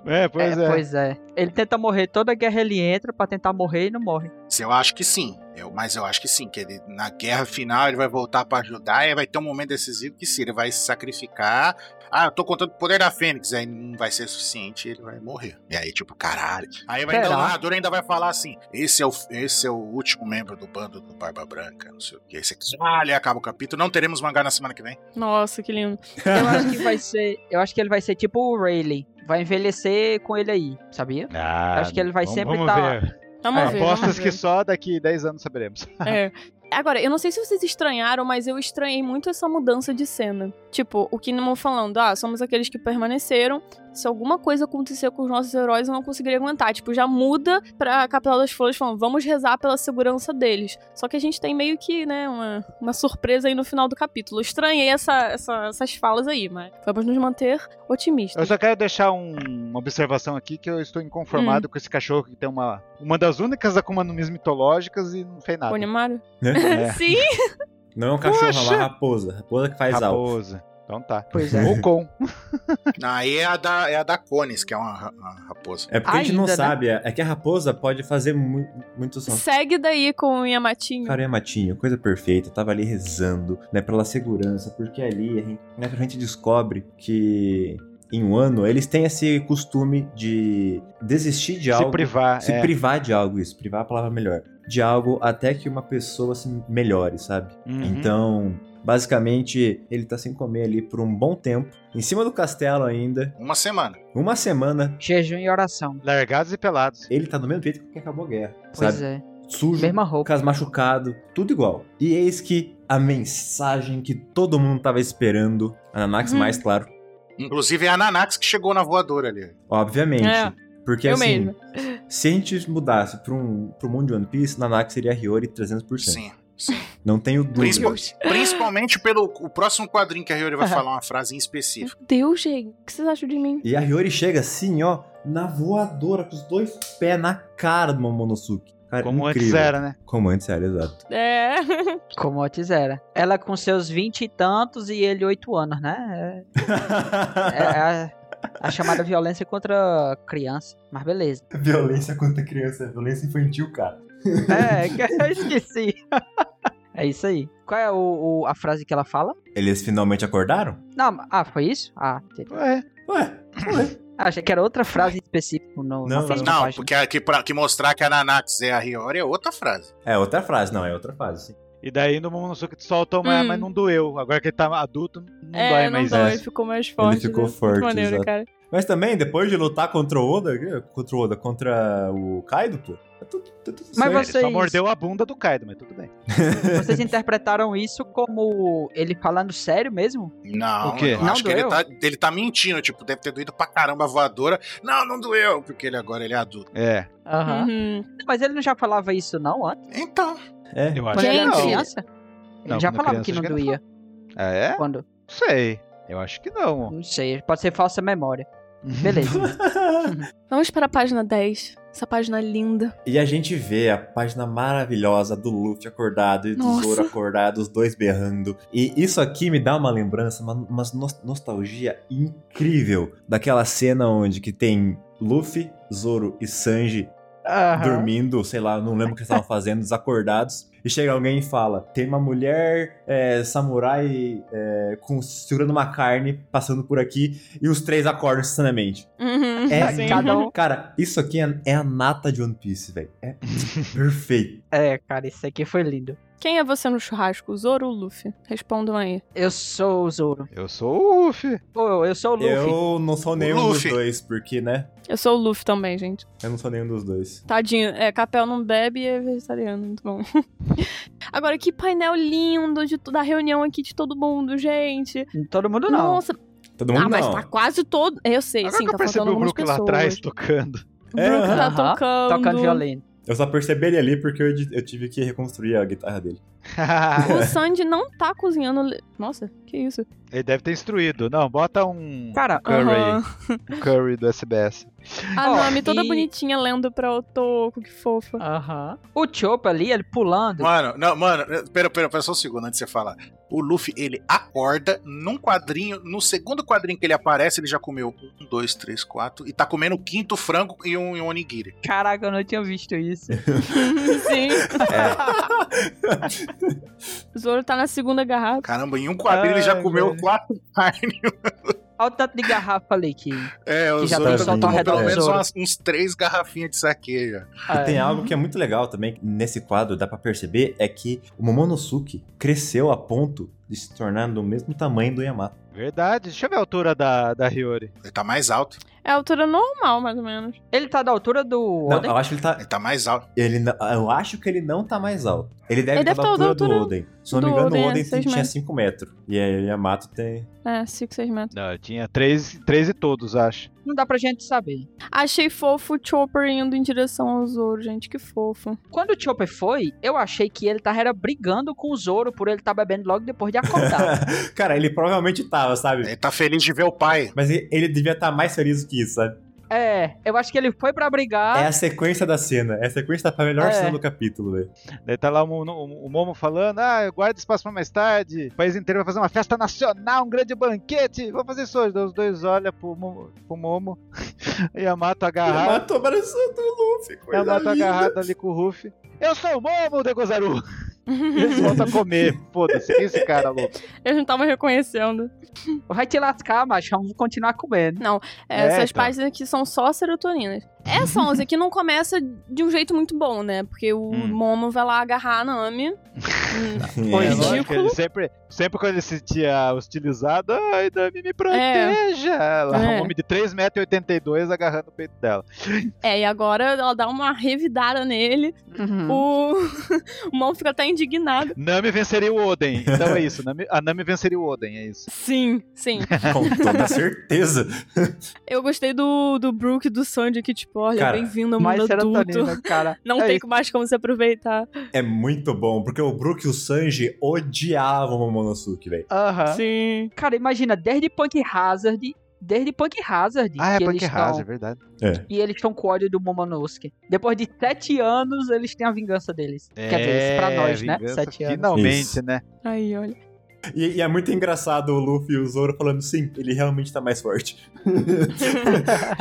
S1: É,
S3: É,
S1: pois é.
S3: Pois é. Ele tenta morrer, toda guerra ele entra pra tentar morrer e não morre.
S2: Se Eu acho que sim. Eu, mas eu acho que sim. Que ele, na guerra final ele vai voltar pra ajudar e vai ter um momento decisivo que sim, ele vai se sacrificar. Ah, eu tô contando com o poder da Fênix. Aí não vai ser suficiente ele vai morrer. E aí, tipo, caralho. Aí vai, então, o
S3: Será?
S2: narrador ainda vai falar assim: esse é, o, esse é o último membro do bando do Barba Branca. Não sei o que. Esse aqui. Ah, ali acaba o capítulo. Não teremos mangá na semana que vem.
S4: Nossa, que lindo.
S3: Eu acho que vai ser. Eu acho que ele vai ser tipo o Rayleigh. Vai envelhecer com ele aí, sabia?
S1: Ah,
S3: Acho que ele vai sempre
S1: vamos
S3: tá-
S1: ver.
S4: Vamos
S3: É,
S4: ver.
S1: Apostas
S4: vamos
S1: que
S4: ver.
S1: só daqui 10 anos saberemos.
S4: É. Agora, eu não sei se vocês estranharam, mas eu estranhei muito essa mudança de cena. Tipo, o Kinemon falando, ah, somos aqueles que permaneceram. Se alguma coisa acontecer com os nossos heróis, eu não conseguiria aguentar. Tipo, já muda pra Capital das Flores falando, vamos rezar pela segurança deles. Só que a gente tem meio que, né, uma, uma surpresa aí no final do capítulo. Eu estranhei essa, essa- essas falas aí, mas vamos nos manter
S1: Eu
S4: otimistas.
S1: só quero deixar um- uma observação aqui que eu estou inconformado com esse cachorro que tem uma, uma das únicas Akuma no Mi mitológicas e não fez nada.
S4: O Nemário?
S5: Né?
S1: É,
S4: Sim!
S5: Não é um cachorro, é
S1: Poxa!
S5: uma raposa. Raposa que faz algo.
S1: raposa. Então tá.
S3: Pois é.
S1: Ou com.
S2: Aí é a da, é a da Cones, que é uma, ra- uma raposa.
S5: É porque a gente
S3: Ainda,
S5: não
S3: né?
S5: sabe. É é que a raposa pode fazer mu muito som.
S4: Segue daí com o Yamatinho.
S5: Cara, é Matinho, coisa perfeita. Eu tava ali rezando, né, pela segurança, porque ali a gente, né, a gente descobre que em um ano eles têm esse costume de desistir de
S1: Se
S5: algo.
S1: privar.
S5: se
S1: é.
S5: privar de algo, isso. Privar é a palavra melhor. De algo até que uma pessoa se melhore, sabe?
S1: Uhum.
S5: Então, basicamente, ele tá sem comer ali por um bom tempo, em cima do castelo ainda,
S2: Uma semana.
S5: uma semana.
S3: Jejum e oração.
S1: Largados e pelados.
S5: Ele tá do mesmo jeito que acabou a guerra,
S3: Pois
S5: sabe?
S3: é.
S5: Sujo,
S3: Mesma roupa.
S5: Lucas machucado, tudo igual. E eis que a mensagem que todo mundo tava esperando, a Nanax
S3: Uhum.
S4: Hum.
S5: mais claro,
S2: Inclusive é a Nanax que chegou na voadora ali.
S5: obviamente.
S4: É,
S5: porque
S4: eu
S5: assim,
S4: mesma.
S5: se a gente mudasse pra um, pro mundo de One Piece, Nanax seria a Hiyori 300%.
S2: Sim.
S5: Não tenho dúvida.
S2: Principal- principalmente pelo o próximo quadrinho que a Hiyori vai falar uma frase em específico.
S4: Meu Deus, gente, o que vocês acham de mim?
S5: E a Hiyori chega assim, ó, na voadora, com os dois pés na cara do Momonosuke. Cara,
S1: Como antes
S5: incrível.
S1: era, né?
S5: Como antes era, exato.
S4: É.
S3: Como antes era. Ela com seus vinte e tantos e ele oito anos, né? É, é a, a chamada violência contra criança. Mas beleza.
S5: Violência contra criança, violência infantil, cara.
S3: É, que eu esqueci. É isso aí. Qual é o, o- a frase que ela fala?
S5: Eles finalmente acordaram?
S3: Não, ma- ah, foi isso? Ah, entendi.
S1: Ué,
S5: Ué, ué.
S3: Ah, achei que era outra frase específica no, na
S5: Não,
S3: frase da
S2: Não,
S3: página.
S2: porque aqui pra, que mostrar que a Nanax é a Hiyori é outra frase.
S5: É outra frase, não, é outra frase.
S1: E daí no Momonosuke solta uma,
S4: Hum.
S1: mas não doeu. Agora que ele tá adulto, não
S4: é,
S1: dói
S4: não
S1: mais.
S4: dói,
S1: isso.
S4: ficou mais forte.
S5: ficou
S4: né?
S5: forte,
S4: Muito maneiro,
S5: exato.
S4: cara.
S5: Mas também, depois de lutar contra o Oda, contra o Oda, contra o Kaido, pô, tá tudo, tá tudo
S3: Mas
S5: certo.
S1: Ele
S3: Vocês-
S1: só mordeu a bunda do Kaido, mas tudo bem.
S3: Vocês interpretaram isso como ele falando sério mesmo?
S2: Não,
S1: O quê?
S2: eu
S3: Não
S2: acho que ele
S3: doeu?
S2: tá, ele tá mentindo, tipo, deve ter doído pra caramba a voadora. Não, não doeu, porque ele agora ele é adulto.
S1: É,
S3: Aham.
S4: Uhum.
S3: Mas ele não já falava isso não antes?
S2: Então,
S5: É,
S1: eu
S3: Quando
S1: acho
S4: Gente,
S3: ele era
S1: que não.
S3: criança? Ele
S1: Não,
S3: já
S1: quando
S3: falava
S1: criança,
S3: que
S1: acho
S3: não
S1: que ele
S3: doía.
S1: Ah, é?
S3: Quando?
S1: Não sei. Eu acho que não.
S3: Não sei, pode ser falsa memória. Beleza.
S4: Vamos para a página 10. Essa página é linda.
S5: E a gente vê a página maravilhosa do Luffy acordado e do
S4: Nossa.
S5: Zoro acordado, os dois berrando. E isso aqui me dá uma lembrança, uma, uma nos- nostalgia incrível daquela cena onde que tem Luffy, Zoro e Sanji
S3: Aham.
S5: dormindo, sei lá, não lembro o que eles estavam fazendo, desacordados. E chega alguém e fala: tem uma mulher é, samurai é, com, segurando uma carne passando por aqui, e os três acordam instantaneamente.
S4: Uhum.
S5: É,
S1: Sim.
S5: cada
S3: cada
S5: um.
S3: um-
S5: Cara, isso aqui é, é a nata de One Piece, velho. É perfeito.
S3: É, cara, isso aqui foi lindo.
S4: Quem é você no churrasco, Zoro ou Luffy? Respondam aí.
S3: Eu sou o Zoro.
S1: Eu sou o Uff.
S4: tá
S3: Pô, eu sou o Luffy.
S5: Eu não sou nenhum
S2: Luffy.
S5: dos dois, porque, né?
S4: Eu sou o Luffy também, gente.
S5: Eu não sou nenhum dos dois.
S4: Tadinho. É, Capel não bebe e é vegetariano. Muito bom. Agora, que painel lindo de toda a reunião aqui de todo mundo, gente.
S3: Todo mundo não.
S4: Nossa.
S5: Todo mundo
S4: ah, mas
S5: não.
S4: tá quase todo. Eu sei,
S1: Agora
S4: sim,
S1: que
S4: tá
S1: eu percebi
S4: faltando
S1: o
S4: algumas
S1: Brook lá
S4: pessoas.
S1: atrás tocando.
S5: É,
S4: Brook tá
S3: aham.
S4: tocando.
S3: Tocando violino.
S5: Eu só percebi ele ali porque eu, edi- eu tive que reconstruir a guitarra dele.
S4: O Sandy não tá cozinhando. le- Nossa, que isso?
S1: Ele deve ter instruído. Não, bota um
S3: Cara,
S1: curry
S4: Aham.
S1: aí. Um curry do SBS.
S4: A
S3: Ó,
S4: Ah, Nami toda
S3: e-
S4: bonitinha lendo pra Otoko, que fofa.
S3: Aham. O Chopper ali, ele pulando.
S2: mano, não, mano, pera, pera, pera só um segundo antes de você falar. O Luffy, ele acorda num quadrinho, no segundo quadrinho que ele aparece, ele já comeu um, dois, três, quatro, e tá comendo o quinto frango e um, e um onigiri.
S3: Caraca, eu não tinha visto isso.
S4: Sim.
S5: É.
S4: Zoro tá na segunda garrafa.
S2: Caramba, em um quadrinho ele já
S1: Ai,
S2: comeu
S1: velho.
S2: quatro carnes.
S3: Olha o tanto de garrafa ali que.
S2: É, o
S3: Que já
S2: Zoro
S5: tá
S2: já
S5: solto ao
S2: tomou pelo
S5: redor do
S2: menos
S3: Zoro.
S2: umas- uns três garrafinhas de saque já.
S5: E
S4: Ah.
S5: tem algo que é muito legal também, que nesse quadro dá pra perceber, é que o Momonosuke cresceu a ponto de se tornar do mesmo tamanho do Yamato.
S1: Verdade. Deixa eu ver a altura da, da Hiyori.
S2: Ele tá mais alto.
S4: É a altura normal, mais ou menos.
S3: Ele tá da altura do
S5: Não,
S3: Oden?
S5: eu acho que ele tá.
S2: Ele tá mais alto.
S5: Ele, não- eu acho que ele não tá mais alto. Ele deve
S4: Ele
S5: estar
S4: deve tá
S5: da
S4: da
S5: altura, do
S4: altura
S5: Oden. Se eu não
S4: do
S5: me engano,
S4: Oden,
S5: o
S4: é,
S5: Oden
S4: seis
S5: tinha
S4: metros.
S5: 5 metros. E aí o Yamato tem.
S4: É, 5, 6 metros.
S1: Não, eu tinha três, três e todos, acho.
S3: Não dá pra gente saber.
S4: Achei fofo o Chopper indo em direção ao Zoro, gente, que fofo.
S3: Quando o Chopper foi, eu achei que ele tava era brigando com o Zoro por ele estar bebendo logo depois de acordar.
S5: Cara, ele provavelmente tava, sabe?
S2: Ele tá feliz de ver o pai.
S5: Mas ele ele devia estar mais feliz do que isso, sabe?
S3: é, eu acho que ele foi pra
S4: Ah.
S3: brigar.
S5: É a sequência da cena. É a sequência da melhor
S3: É.
S5: cena do capítulo, velho.
S1: Daí tá lá o, Mo- o- o Momo falando: ah, guarda espaço pra mais tarde. O país inteiro vai fazer uma festa nacional, um grande banquete. Vou fazer isso hoje. Daí Os dois olham pro, Mo- pro Momo. Yamato agarrado.
S5: Yamato abraçando o Luffy, coisa
S1: Yamato
S5: linda.
S1: agarrado ali com o Ruffy. Eu sou o Momo de Gozaru! Eles voltam a comer, foda-se. Quem é esse cara louco?
S4: Eu não tava reconhecendo.
S3: Vai te lascar, macho. Vamos continuar comendo.
S4: É,
S1: É,
S4: essas
S1: então.
S4: páginas aqui são só serotoninas. Essa 11 aqui não começa de um jeito muito bom, né? Porque o
S1: Hum.
S4: Momo vai lá agarrar a Nami. Hum,
S1: É,
S4: Pois
S5: É.
S4: Ridículo.
S1: lógico, ele sempre, sempre quando ele se sentia hostilizado, ai, Dami, me proteja! Ela é
S4: É.
S1: um homem de 3,82m agarrando o peito dela.
S4: É, e agora ela dá uma revidada nele.
S1: Hum.
S4: O... o Momo fica até indignado.
S1: Nami venceria o Oden. Então é isso, Nami- a Nami venceria o Oden, é isso.
S4: Sim, sim.
S5: Com toda certeza.
S4: Eu gostei do, do Brook e do Sandy que, tipo, olha,
S5: Cara,
S4: bem-vindo ao
S3: Mais
S4: mundo adulto.
S3: serotonina, cara.
S4: Não
S3: É
S4: tem
S3: isso. Tá.
S4: mais como se aproveitar.
S5: É muito bom, porque o Brook e o Sanji odiavam o Momonosuke, velho.
S1: Aham.
S4: Sim.
S3: Cara, imagina, desde Punk Hazard, desde Punk Hazard,
S1: Ah, é
S3: que
S1: Punk
S3: eles
S1: Hazard, é
S3: estão...
S1: verdade.
S3: E eles estão com ódio do Momonosuke. Depois de sete anos, eles têm a vingança deles. É, Quer dizer, isso pra nós, né?
S1: É, vingança,
S3: Sete anos.
S1: Finalmente,
S5: Isso.
S1: né?
S4: Aí, olha.
S5: E, e é muito engraçado o Luffy e o Zoro falando, sim, ele realmente tá mais forte.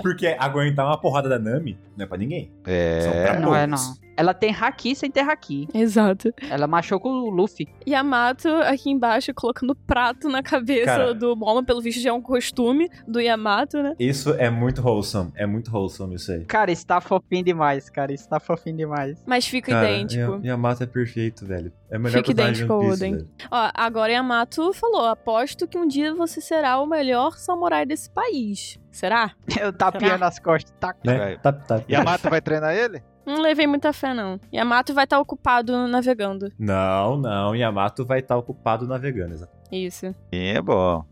S5: Porque aguentar uma porrada da Nami não é pra ninguém. São
S1: É.
S5: pra
S3: Não é,
S5: poucos.
S3: Ela tem haki sem ter haki.
S4: Exato.
S3: Ela machuca o Luffy.
S4: Yamato aqui embaixo colocando prato na cabeça
S5: Cara.
S4: do Momo, pelo visto já é um costume do Yamato, né?
S5: Isso é muito wholesome. É muito wholesome isso aí.
S3: Cara, isso tá fofinho demais, cara. Isso tá fofinho demais.
S4: Mas fica idêntico.
S5: E a mata é perfeito, velho. É o melhor
S4: Fica
S5: personagem
S4: idêntico
S5: de One
S4: ao
S5: Piece,
S4: Oden.
S5: velho.
S4: Ó, agora Yamato falou: aposto que um dia você será o melhor samurai desse país. Será?
S3: Eu tapeando as costas. Tac.
S5: Né?
S1: Velho.
S5: Tá, tá.
S1: Yamato vai treinar ele?
S4: Não levei muita fé, não. Yamato vai estar ocupado navegando.
S5: Não, não. Yamato vai estar ocupado navegando. exato.
S4: Isso.
S1: Sim, é bom.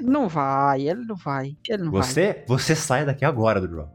S3: Não vai, ele não vai. Ele não vai.
S5: Você, você sai daqui agora, Dudrop.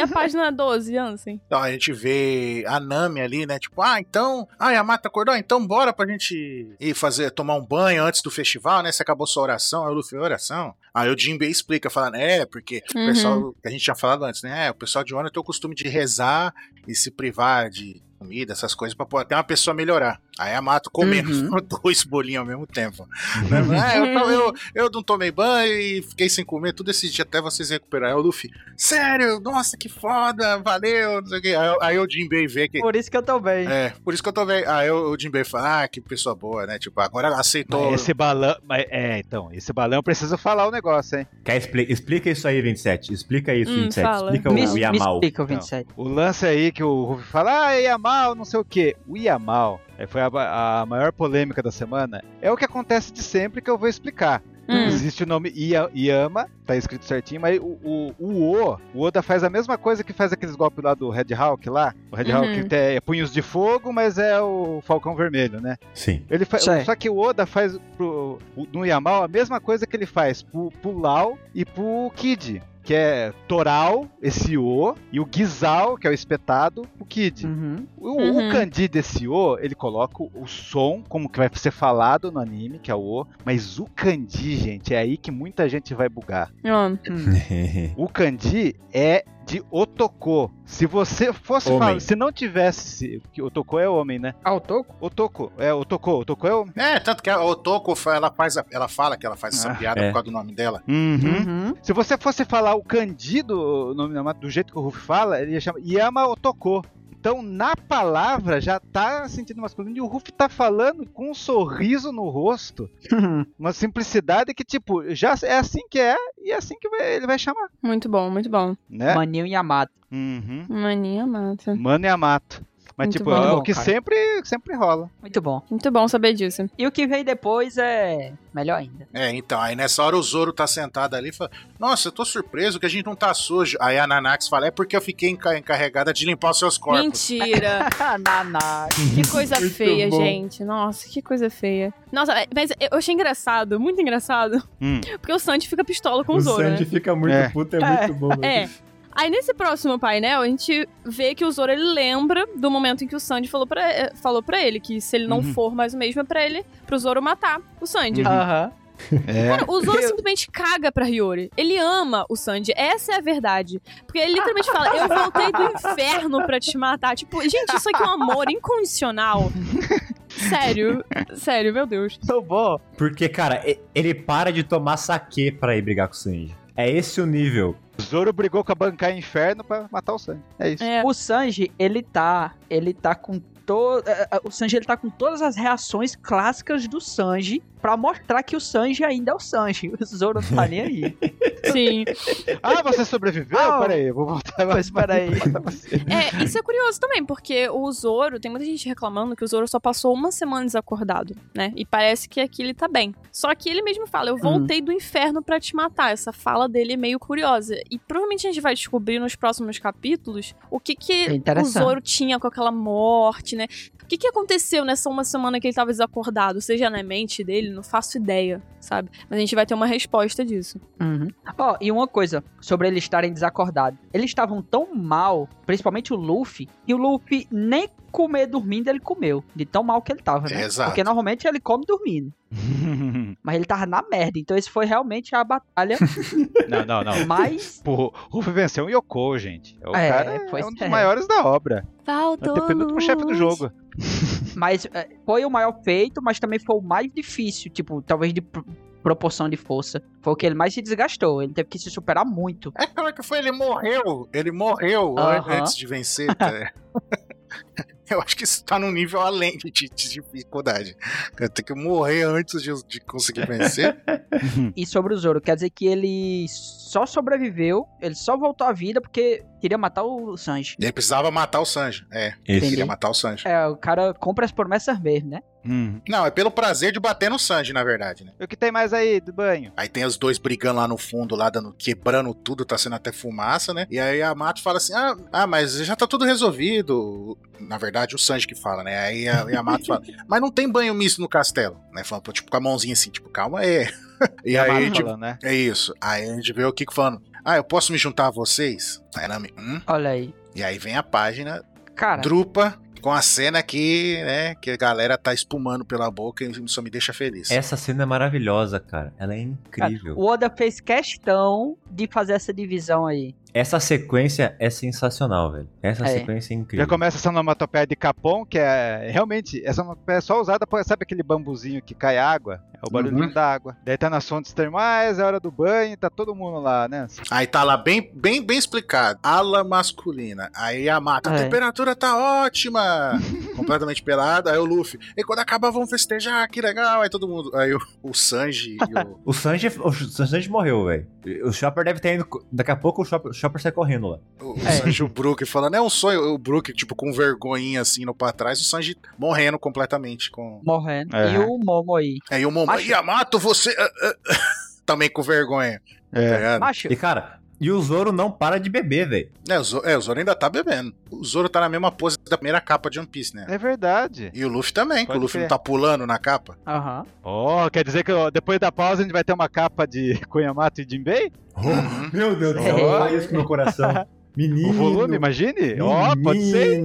S4: a página 12, Ansem?
S2: Então a gente vê a Nami ali, né? Tipo, ah, então. Ah, a Mata acordou, Ah, então bora pra gente ir fazer, tomar um banho antes do festival, né? Você acabou sua oração, aí o Luffy, oração. Aí o Jinbei explica, falando, é, porque o
S4: Uhum.
S2: pessoal, que a gente tinha falado antes, né? É, o pessoal de Ono tem o costume de rezar e se privar de comida, essas coisas, pra pô- até uma pessoa melhorar. Aí a Mato comendo dois bolinhos ao mesmo tempo. Né? Ah, eu, to- eu, eu não tomei banho e fiquei sem comer tudo esse dia até vocês recuperarem. Aí o Luffy, sério, nossa, que foda, valeu, não sei o quê. Aí, aí o Jinbei vê que...
S3: Por isso que eu tô bem.
S2: É, por isso que eu tô vendo. Aí o o Jinbei fala, ah, que pessoa boa, né? Tipo, agora aceitou.
S1: Esse balão. mas- É, então, esse balão precisa falar o negócio, hein?
S5: Quer expli explica isso aí, 27. Explica isso,
S4: Hum,
S5: 27.
S4: fala.
S5: Explica
S3: me,
S5: o
S3: me
S5: Yamal.
S3: explica, o 27.
S1: O lance aí que o Ruffy fala, ah, é Yamal, não sei o quê. O Yamal é, foi a, ba- a maior polêmica da semana. É o que acontece de sempre que eu vou explicar.
S4: Hum.
S1: Existe o nome Ia- Yama, tá escrito certinho, mas o, o, o O, o Oda faz a mesma coisa que faz aqueles golpes lá do Red Hawk lá. O Red
S4: Uhum.
S1: Hawk é, é punhos de fogo, mas é o Falcão Vermelho, né?
S5: Sim.
S1: Ele fa-
S3: Sei.
S1: Só que o Oda faz pro, o- no Yamal a mesma coisa que ele faz pro, pro Lau e pro Kid, que é Toral, esse O, e o Gizal, que é o espetado, o Kid.
S3: Uhum.
S1: O,
S4: Uhum.
S1: o kanji desse O, ele coloca o o som, como que vai ser falado no anime, que é o O, mas o kanji, gente, é aí que muita gente vai bugar.
S4: Ó,
S3: uhum.
S1: O kanji é de Otoko. Se você fosse
S5: Homem.
S1: falar, se não tivesse, se- porque Otoko é homem, né?
S3: Ah, o toco?
S1: Otoko, é Otoko, Otoko é homem.
S2: É, tanto que a Otoko, fa- ela, faz a- ela fala que ela faz essa
S1: Ah,
S2: piada
S5: é.
S2: por causa do nome dela.
S1: Uhum.
S3: Uhum.
S1: Se você fosse falar o Candido, o nome da mata, do jeito que o Ruff fala, ele ia chamar Yama Otoko. Então, na palavra, já tá sentindo masculino. E o Ruff tá falando com um sorriso no rosto.
S3: Uhum.
S1: Uma simplicidade que, tipo, já é assim que é e é assim que vai- ele vai chamar.
S4: muito bom, muito bom.
S1: Né?
S3: Maninho Yamato.
S1: Uhum.
S4: Maninha mata.
S1: Mano Yamato. Mas,
S4: Muito
S1: tipo,
S4: bom.
S1: é
S3: Muito
S1: o
S3: bom,
S1: que
S3: cara.
S1: sempre, sempre rola.
S3: Muito bom.
S4: Muito bom saber disso.
S3: E o que veio depois é melhor ainda.
S2: É, então, aí nessa hora o Zoro tá sentado ali e fala: Nossa, eu tô surpreso que a gente não tá sujo. Aí a Nanax fala: É porque eu fiquei enca- encarregada de limpar os seus corpos.
S4: Mentira!
S3: Ah, Naná.
S4: Que coisa
S5: Muito
S4: feia,
S5: bom.
S4: gente. Nossa, que coisa feia. Nossa, é, mas eu achei engraçado, muito engraçado,
S1: Hum.
S4: porque o Sanji fica pistola com o, Zoro, né?
S5: fica muito
S1: É.
S5: puto, é,
S3: É.
S5: muito bom. velho.
S4: É. Aí nesse próximo painel, a gente vê que o Zoro ele lembra do momento em que o Sanji falou pra, eh, falou pra ele que se ele não
S1: Uhum.
S4: for mais o mesmo é pra ele, pro Zoro matar o Sanji.
S3: Aham.
S1: É.
S4: O Zoro
S3: Eu-
S4: simplesmente caga pra Hiyori. Ele ama o Sanji. Essa é a verdade. Porque ele literalmente fala: Eu voltei do inferno pra te matar. Tipo, gente, isso aqui é um amor incondicional. Sério. Sério, meu Deus.
S3: Tô bom.
S5: Porque, cara, e- ele para de tomar saque pra ir brigar com o Sanji. É esse o nível.
S1: Zoro brigou com a bancar inferno pra matar o Sanji. É isso.
S4: É.
S3: O Sanji, ele tá. Ele tá com. To... eh, eh, O Sanji ele tá com todas as reações clássicas do Sanji pra mostrar que o Sanji ainda é o Sanji. O Zoro não tá nem aí.
S4: Sim.
S1: Ah, você sobreviveu?
S3: É. Ah,
S1: Peraí, eu vou voltar lá.
S3: Mas peraí.
S4: É, isso é curioso também, porque o Zoro, tem muita gente reclamando que o Zoro só passou uma semana desacordado, né? E parece que aqui ele tá bem. Só que ele mesmo fala,
S3: Hum.
S4: eu voltei do inferno pra te matar. Essa fala dele é meio curiosa. E provavelmente a gente vai descobrir nos próximos capítulos o que
S3: É
S4: que o
S3: interessante.
S4: Zoro tinha com aquela morte, né? O que que aconteceu nessa uma semana que ele tava desacordado? Seja na mente dele, não faço ideia, sabe? Mas a gente vai ter uma resposta disso.
S3: Uhum. Ó, e uma coisa sobre eles estarem desacordados. Eles estavam tão mal, principalmente o Luffy, que o Luffy nem comer dormindo ele comeu. De tão mal que ele tava, né?
S2: Exato.
S3: Porque normalmente ele come dormindo. Mas ele tava na merda. Então esse foi realmente a batalha
S1: não, não, não.
S3: mais.
S1: Pô, o Ruff venceu um Yoko, gente. O
S3: É,
S1: cara é,
S3: pois
S1: um dos
S3: é.
S1: maiores da obra. É
S4: Faltou
S1: o penúltimo chefe do jogo.
S3: Mas é, foi o maior feito, mas também foi o mais difícil. Tipo, talvez de pro- proporção de força. Foi o que ele mais se desgastou. Ele teve que se superar muito.
S2: É como é que foi? Ele morreu. Ele morreu
S3: Aham.
S2: antes de vencer. tá? Eu acho que isso tá num nível além de, de- de dificuldade. Eu tenho que morrer antes de, de conseguir vencer.
S1: Uhum,
S3: E sobre o Zoro, quer dizer que ele só sobreviveu, ele só voltou à vida porque queria matar o Sanji.
S2: Ele precisava matar o Sanji. É,
S5: Esse.
S3: Entendi.
S2: queria matar o Sanji.
S3: É, o cara compra as promessas mesmo, né?
S1: Hum.
S2: Não, é pelo prazer de bater no Sanji, na verdade, né?
S1: E o que tem mais aí do banho?
S2: Aí tem os dois brigando lá no fundo, lá dando, quebrando tudo, tá sendo até fumaça, né? E aí a Mato fala assim: ah, ah, mas já tá tudo resolvido. Na verdade, o Sanji que fala, né? Aí a, e a Mato fala, mas não tem banho misto no castelo, né? Falando, tipo, com a mãozinha assim, tipo, calma aí. E
S1: Tá
S2: aí,
S1: maluco
S2: tipo,
S1: falando, né?
S2: é isso. Aí a gente vê o Kiko falando, ah, eu posso me juntar a vocês? Aí ela me, hum?
S3: Olha aí.
S2: E aí vem a página
S3: Cara,
S2: drupa com a cena que, né, que a galera tá espumando pela boca e isso me deixa feliz.
S5: Essa cena é maravilhosa, cara. Ela é
S3: cara,
S5: incrível.
S3: o Oda fez questão de fazer essa divisão aí.
S5: Essa sequência é sensacional, velho. Essa
S3: É.
S5: sequência é
S1: Já
S5: incrível.
S1: começa essa onomatopeia de Capon, que é realmente, essa onomatopeia é só usada por, sabe aquele bambuzinho que cai água? É o barulhinho
S2: Uhum.
S1: da água. Daí tá nas fontes termais, é hora do banho, tá todo mundo lá, né?
S2: Aí tá lá bem, bem, bem explicado. Ala masculina. Aí a mata. A
S3: É.
S2: temperatura tá ótima. Completamente pelada. Aí o Luffy. E quando acabar, vamos festejar. Que legal. Aí todo mundo. Aí o, o Sanji e o.
S5: O Sanji, o Sanji morreu, velho. O Chopper deve ter ido. co- Daqui a pouco o Chopper, o Chopper sai correndo lá.
S2: O, o
S3: É.
S2: Sanji e o Brook falando, é um sonho. O Brook, tipo, com vergonhinha assim no pra trás. O Sanji morrendo completamente. Com...
S3: Morrendo.
S1: É.
S3: E o Momo aí.
S2: Aí o Momo.
S3: Macho.
S2: Yamato, você. ah, ah, Também com vergonha. Tá
S1: É.
S2: ligado?
S3: Macho,
S5: E, cara, e o Zoro não para de beber, velho.
S2: É, o Zo- é, o Zoro ainda tá bebendo. O Zoro tá na mesma pose da primeira capa de One Piece, né?
S1: É verdade.
S2: E o Luffy também, que o
S1: Pode
S2: Luffy não
S1: crer.
S2: tá pulando na capa.
S3: aham.
S1: Oh, quer dizer que ó, depois da pausa a gente vai ter uma capa de Cunhamato e Jinbei?
S2: Uhum.
S5: Meu Deus
S1: do céu, olha
S5: isso meu coração. Menino.
S1: O volume, imagine? Ó, pode ser.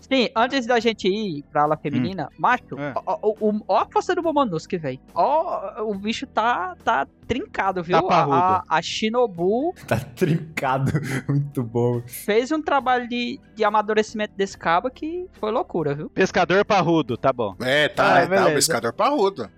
S3: Sim, antes da gente ir pra ala feminina, macho,
S1: É.
S3: ó, ó, o- ó a força do Momonosuke, velho. Ó, o bicho tá, tá trincado, viu?
S1: Tá parrudo.
S3: a, a Shinobu
S5: Tá trincado. Muito bom.
S3: fez um trabalho de, de amadurecimento desse cabo que foi loucura, viu?
S1: Pescador parrudo, tá bom.
S2: É,
S1: Ah,
S2: tá, tá o
S1: beleza.
S2: pescador parrudo.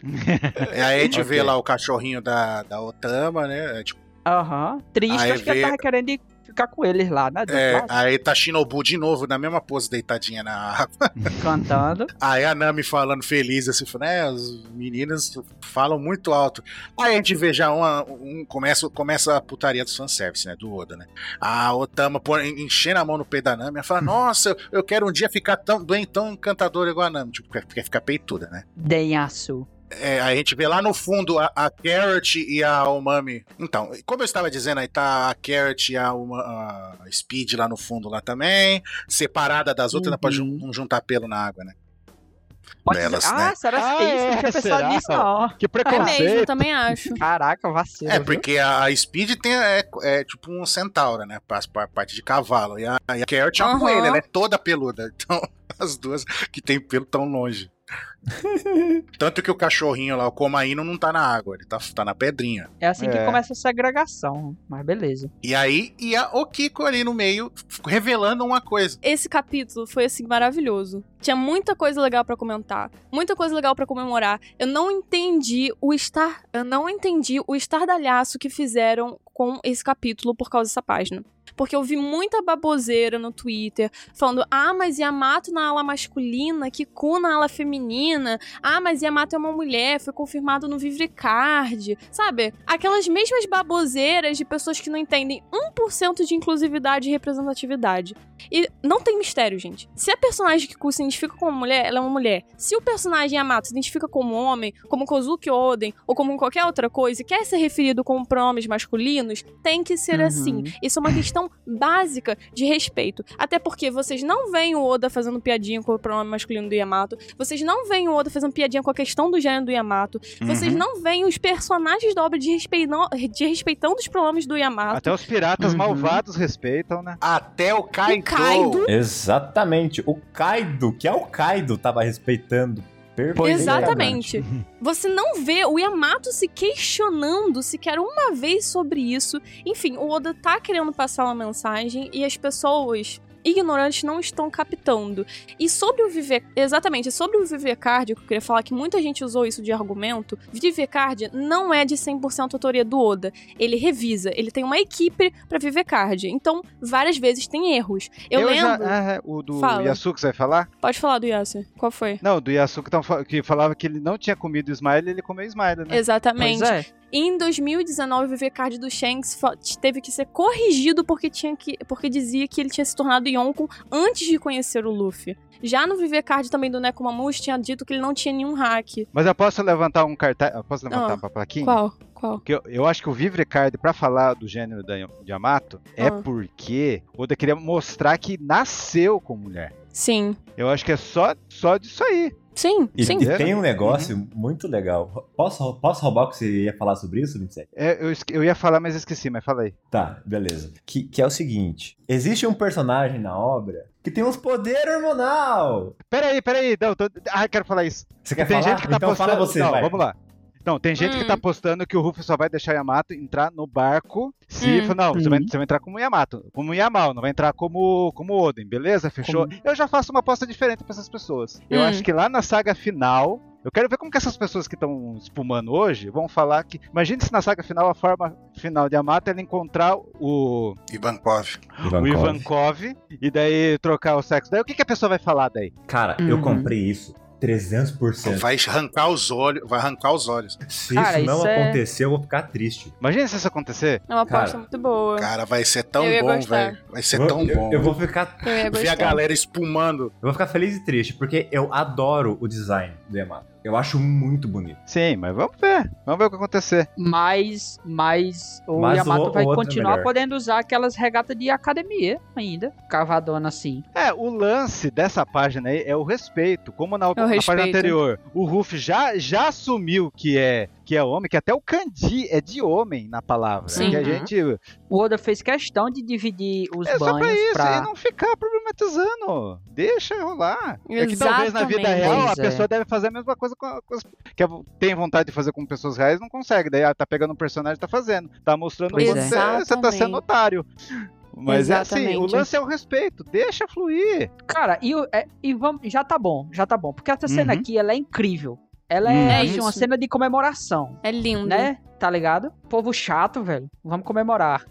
S2: e aí a gente vê
S1: Ok.
S2: lá o cachorrinho da, da Otama, né? É, tipo,
S3: Aham. Triste,
S2: Aí
S3: acho que ele
S2: vê-
S3: tava querendo ficar com eles lá, né?
S2: é,
S3: Claro,
S2: aí tá Shinobu de novo, na mesma pose, deitadinha na água.
S3: Cantando.
S2: Aí a Nami falando feliz, assim, falando, né? As meninas falam muito alto. Aí a gente vê já uma, um, começa, começa a putaria do fanservice, né? Do Oda, né? A Otama pô, enchendo a mão no pé da Nami, ela fala, nossa, eu, eu quero um dia ficar tão bem, tão encantadora igual a Nami. Tipo, quer, quer ficar peituda, né?
S3: Denhaçu.
S2: É, a gente vê lá no fundo a, a Carrot e a Umami. Então, como eu estava dizendo, aí tá a Carrot e a, Uma- a Speed lá no fundo lá também, separada das outras,
S3: Uhum.
S2: né, pra jun- não juntar pelo na água, né?
S3: Pode
S2: Delas,
S3: ser.
S2: né?
S3: Ah, será que
S1: Ah,
S3: é isso?
S1: é,
S3: não tinha pensado
S1: será?
S3: nisso, não.
S1: Que
S4: É
S1: preconceito.
S4: mesmo, também acho.
S3: Caraca, vacilo.
S2: É,
S3: viu?
S2: porque a, a Speed tem, é, é tipo um centauro, né? Pra, pra parte de cavalo. E a, e a Carrot é uma
S4: Aham.
S2: coelha, ela é toda peluda. Então, as duas que tem pelo tão longe. Tanto que o cachorrinho lá, o Comaíno, não tá na água, ele tá, tá na pedrinha.
S3: É assim que
S1: É.
S3: começa a segregação. Mas beleza.
S2: E aí, e a Okiko ali no meio, f- revelando uma coisa.
S4: Esse capítulo foi assim maravilhoso. Tinha muita coisa legal pra comentar, muita coisa legal pra comemorar. Eu não entendi o estar, eu não entendi o estardalhaço que fizeram com esse capítulo por causa dessa página. Porque eu vi muita baboseira no Twitter falando: "Ah, mas Yamato na ala masculina, Kiku na ala feminina. Ah, mas Yamato é uma mulher, foi confirmado no Vivricard". Sabe? Aquelas mesmas baboseiras de pessoas que não entendem 1% de inclusividade e representatividade. E não tem mistério, gente. Se a personagem Kiku se identifica como uma mulher, ela é uma mulher. Se o personagem Yamato se identifica como um homem, como Kozuki Oden, ou como qualquer outra coisa, e quer ser referido como pronomes masculinos, tem que ser
S3: Uhum.
S4: assim. Isso é uma questão básica de respeito. Até porque vocês não veem o Oda fazendo piadinha com o pronome masculino do Yamato, vocês não veem o Oda fazendo piadinha com a questão do gênero do Yamato, vocês
S1: Uhum.
S4: não veem os personagens da obra de respeitando, de respeitando os pronomes do Yamato.
S1: Até os piratas
S3: Uhum.
S1: malvados respeitam, né?
S2: Até o Kaido.
S4: O Kaido.
S5: Exatamente. O Kaido, que é o Kaido, tava respeitando. perfeitamente.
S4: Exatamente. Você não vê o Yamato se questionando sequer uma vez sobre isso. Enfim, o Oda tá querendo passar uma mensagem e as pessoas ignorantes não estão captando. E sobre o viver. Exatamente, sobre o viver card, que eu queria falar que muita gente usou isso de argumento. Viver card não é de 100% autoria do Oda. Ele revisa, ele tem uma equipe pra viver card. Então, várias vezes tem erros. Eu, lembro.
S1: Já, ah, o do
S4: Fala.
S1: Yasuke, você vai falar?
S4: Pode falar do Yasser. Qual foi?
S1: Não, do Yasuke tão fa- que falava que ele não tinha comido Smile, ele comeu Smile, né?
S4: Exatamente.
S3: Pois é.
S4: Em 2019, o VV Card do Shanks fa- teve que ser corrigido porque, tinha que, porque dizia que ele tinha se tornado Yonkun antes de conhecer o Luffy. Já no VV Card também do Nekomamushi tinha dito que ele não tinha nenhum hack.
S1: Mas eu posso levantar um cartaz. Eu posso levantar
S4: Ah,
S1: uma plaquinha?
S4: Qual? Qual?
S1: Porque eu, eu acho que o Vivre Card, pra falar do gênero da, de Yamato, é
S4: Ah.
S1: porque Oda queria mostrar que nasceu com mulher.
S4: Sim.
S1: Eu acho que é só, só disso aí.
S4: Sim,
S5: E,
S4: sim.
S5: e tem um negócio muito legal. Posso, posso roubar o que você ia falar sobre isso, 27?
S1: É, eu, esque- eu ia falar, mas esqueci, mas falei.
S5: Tá, beleza. Que, que é o seguinte: existe um personagem na obra que tem uns poderes hormonal.
S1: Peraí, peraí, não, tô, ah, eu quero falar isso.
S5: Você quer
S1: tem
S5: falar?
S1: gente que tá
S5: então
S1: postando.
S5: fala você,
S1: não,
S5: vai.
S1: vamos lá. Não, tem gente
S4: Hum.
S1: que tá postando que o Ruffy só vai deixar Yamato entrar no barco se.
S4: Hum.
S1: for- Não, você, vai,
S3: Hum.
S1: você vai entrar como Yamato, como Yamal, não vai entrar como, como Oden, beleza? Fechou? Eu já faço uma aposta diferente pra essas pessoas. Eu
S4: Hum.
S1: acho que lá na saga final. Eu quero ver como que essas pessoas que estão espumando hoje vão falar que. Imagina se na saga final a forma final de Yamato é ele encontrar o,
S2: Ivankov.
S1: o Ivankov e daí trocar o sexo. Daí o que, que a pessoa vai falar daí?
S5: Cara, eu
S3: Uhum.
S5: comprei isso 300%.
S2: Vai arrancar os olhos. Vai arrancar os olhos.
S5: Se
S3: Cara,
S5: isso não
S3: isso é-
S5: acontecer, eu vou ficar triste.
S1: Imagina se isso acontecer.
S4: É uma aposta
S5: Cara,
S4: muito boa.
S2: Cara, vai ser tão
S4: Eu ia
S2: bom,
S4: gostar.
S2: velho. Vai ser
S5: eu,
S2: é tão
S5: eu-
S2: bom.
S5: Eu vou ficar.
S4: Eu ia
S2: Ver a
S4: gostar.
S2: galera espumando.
S5: Eu vou ficar feliz e triste, porque eu adoro o design do Yamato. Eu acho muito bonito.
S1: Sim, mas vamos ver. Vamos ver o que acontecer.
S3: Mas, mas o
S5: Mas o-
S3: Yamato
S5: o
S3: vai
S5: outro é
S3: continuar
S5: melhor.
S3: podendo usar aquelas regatas de academia ainda. Cavadona assim.
S1: É, o lance dessa página aí é o respeito. Como na, na página
S4: É respeito.
S1: anterior, o Ruff já, já assumiu que é que é homem, que até o Kandi é de homem na palavra.
S4: Sim. Uhum.
S1: Que a gente.
S3: O Oda fez questão de dividir os
S1: é só pra
S3: banhos
S1: isso,
S3: pra.
S1: e não ficar problematizando. Deixa rolar. É que talvez na vida
S4: Exatamente.
S1: real a
S3: Pois é.
S1: pessoa deve fazer a mesma coisa com, a- com as- que a- tem vontade de fazer com pessoas reais não consegue. Daí ela tá pegando um personagem e tá fazendo. Tá mostrando
S3: Pois
S1: quanto
S3: é.
S1: você, você tá sendo
S4: Exatamente.
S1: otário. Mas é assim, o
S4: Exatamente.
S1: lance é o respeito. Deixa fluir.
S3: Cara, e, o- é- e vamos, já tá bom, já tá bom. Porque essa cena
S1: Uhum.
S3: aqui, ela é incrível. Ela
S1: Uhum.
S3: é,
S4: É
S3: assim,
S4: isso.
S3: uma cena de comemoração,
S4: É lindo.
S3: né? Tá ligado? Povo chato, velho. Vamos comemorar.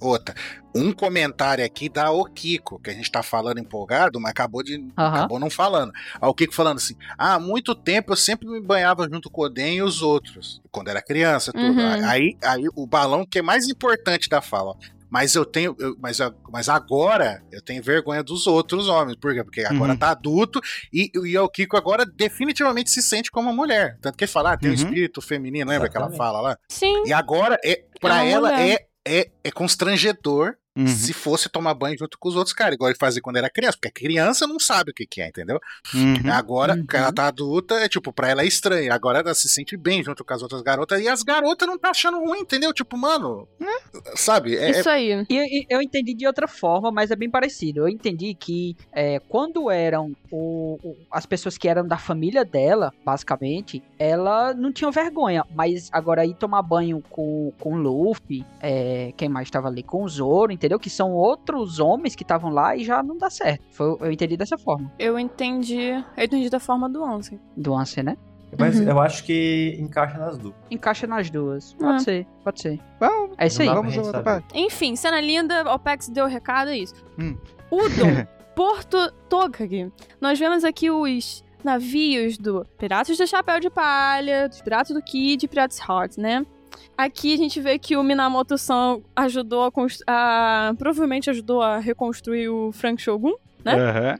S2: Outra. Um comentário aqui da Okiko, que a gente tá falando empolgado, mas acabou de.
S3: Aham.
S2: Acabou não falando. A Okiko falando assim: Ah, há muito tempo eu sempre me banhava junto com o Oden e os outros. Quando era criança, tudo.
S4: Uhum.
S2: Aí, aí o balão que é mais importante da fala. ó, Mas eu tenho. eu- mas, a- mas agora eu tenho vergonha dos outros homens. Por quê? Porque agora
S1: Uhum.
S2: tá adulto e, e é o Kiko agora definitivamente se sente como uma mulher. Tanto que ele fala, ah, tem o
S1: Uhum.
S2: espírito feminino, lembra que
S5: Exatamente.
S2: ela fala lá?
S4: Sim.
S2: E agora, é, pra
S4: uma
S2: ela,
S4: mulher.
S2: é, é, é constrangedor
S1: Uhum.
S2: se fosse tomar banho junto com os outros caras, igual ele fazia quando era criança, porque a criança não sabe o que, que é, entendeu?
S1: Uhum.
S2: Agora,
S3: Uhum.
S2: que ela tá adulta, é tipo, pra ela é estranho. Agora ela se sente bem junto com as outras garotas, e as garotas não tá achando ruim, entendeu? Tipo, mano, sabe? É, é-
S4: Hum? Isso aí.
S3: E e eu entendi de outra forma, mas é bem parecido. Eu entendi que é, quando eram o- o- as pessoas que eram da família dela, basicamente, ela não tinha vergonha. Mas agora ir tomar banho com, com o Luffy, é, quem mais estava ali, com o Zoro, entendeu? Que são outros homens que estavam lá e já não dá certo. Foi- eu entendi dessa forma,
S4: Eu entendi. Eu entendi da forma do Ansem.
S3: do Ansem, né?
S5: Mas
S4: Uhum.
S5: eu acho que encaixa nas duas.
S3: Encaixa nas duas. Pode
S4: É.
S3: ser, pode ser.
S1: Vamos,
S3: É isso aí.
S5: Não dá pra
S1: vamos
S5: gente
S1: outra
S5: saber.
S1: parte.
S4: Enfim, cena linda, OPEX deu o recado, é isso.
S1: Hum.
S4: Udon, Porto Tokagi. Nós vemos aqui os navios do Piratas do Chapéu de Palha, dos Piratas do Kid e Piratas Heart, né? Aqui a gente vê que o Minamoto-san ajudou a, const- a- Provavelmente ajudou a reconstruir o Frank Shogun. né?
S1: Aham.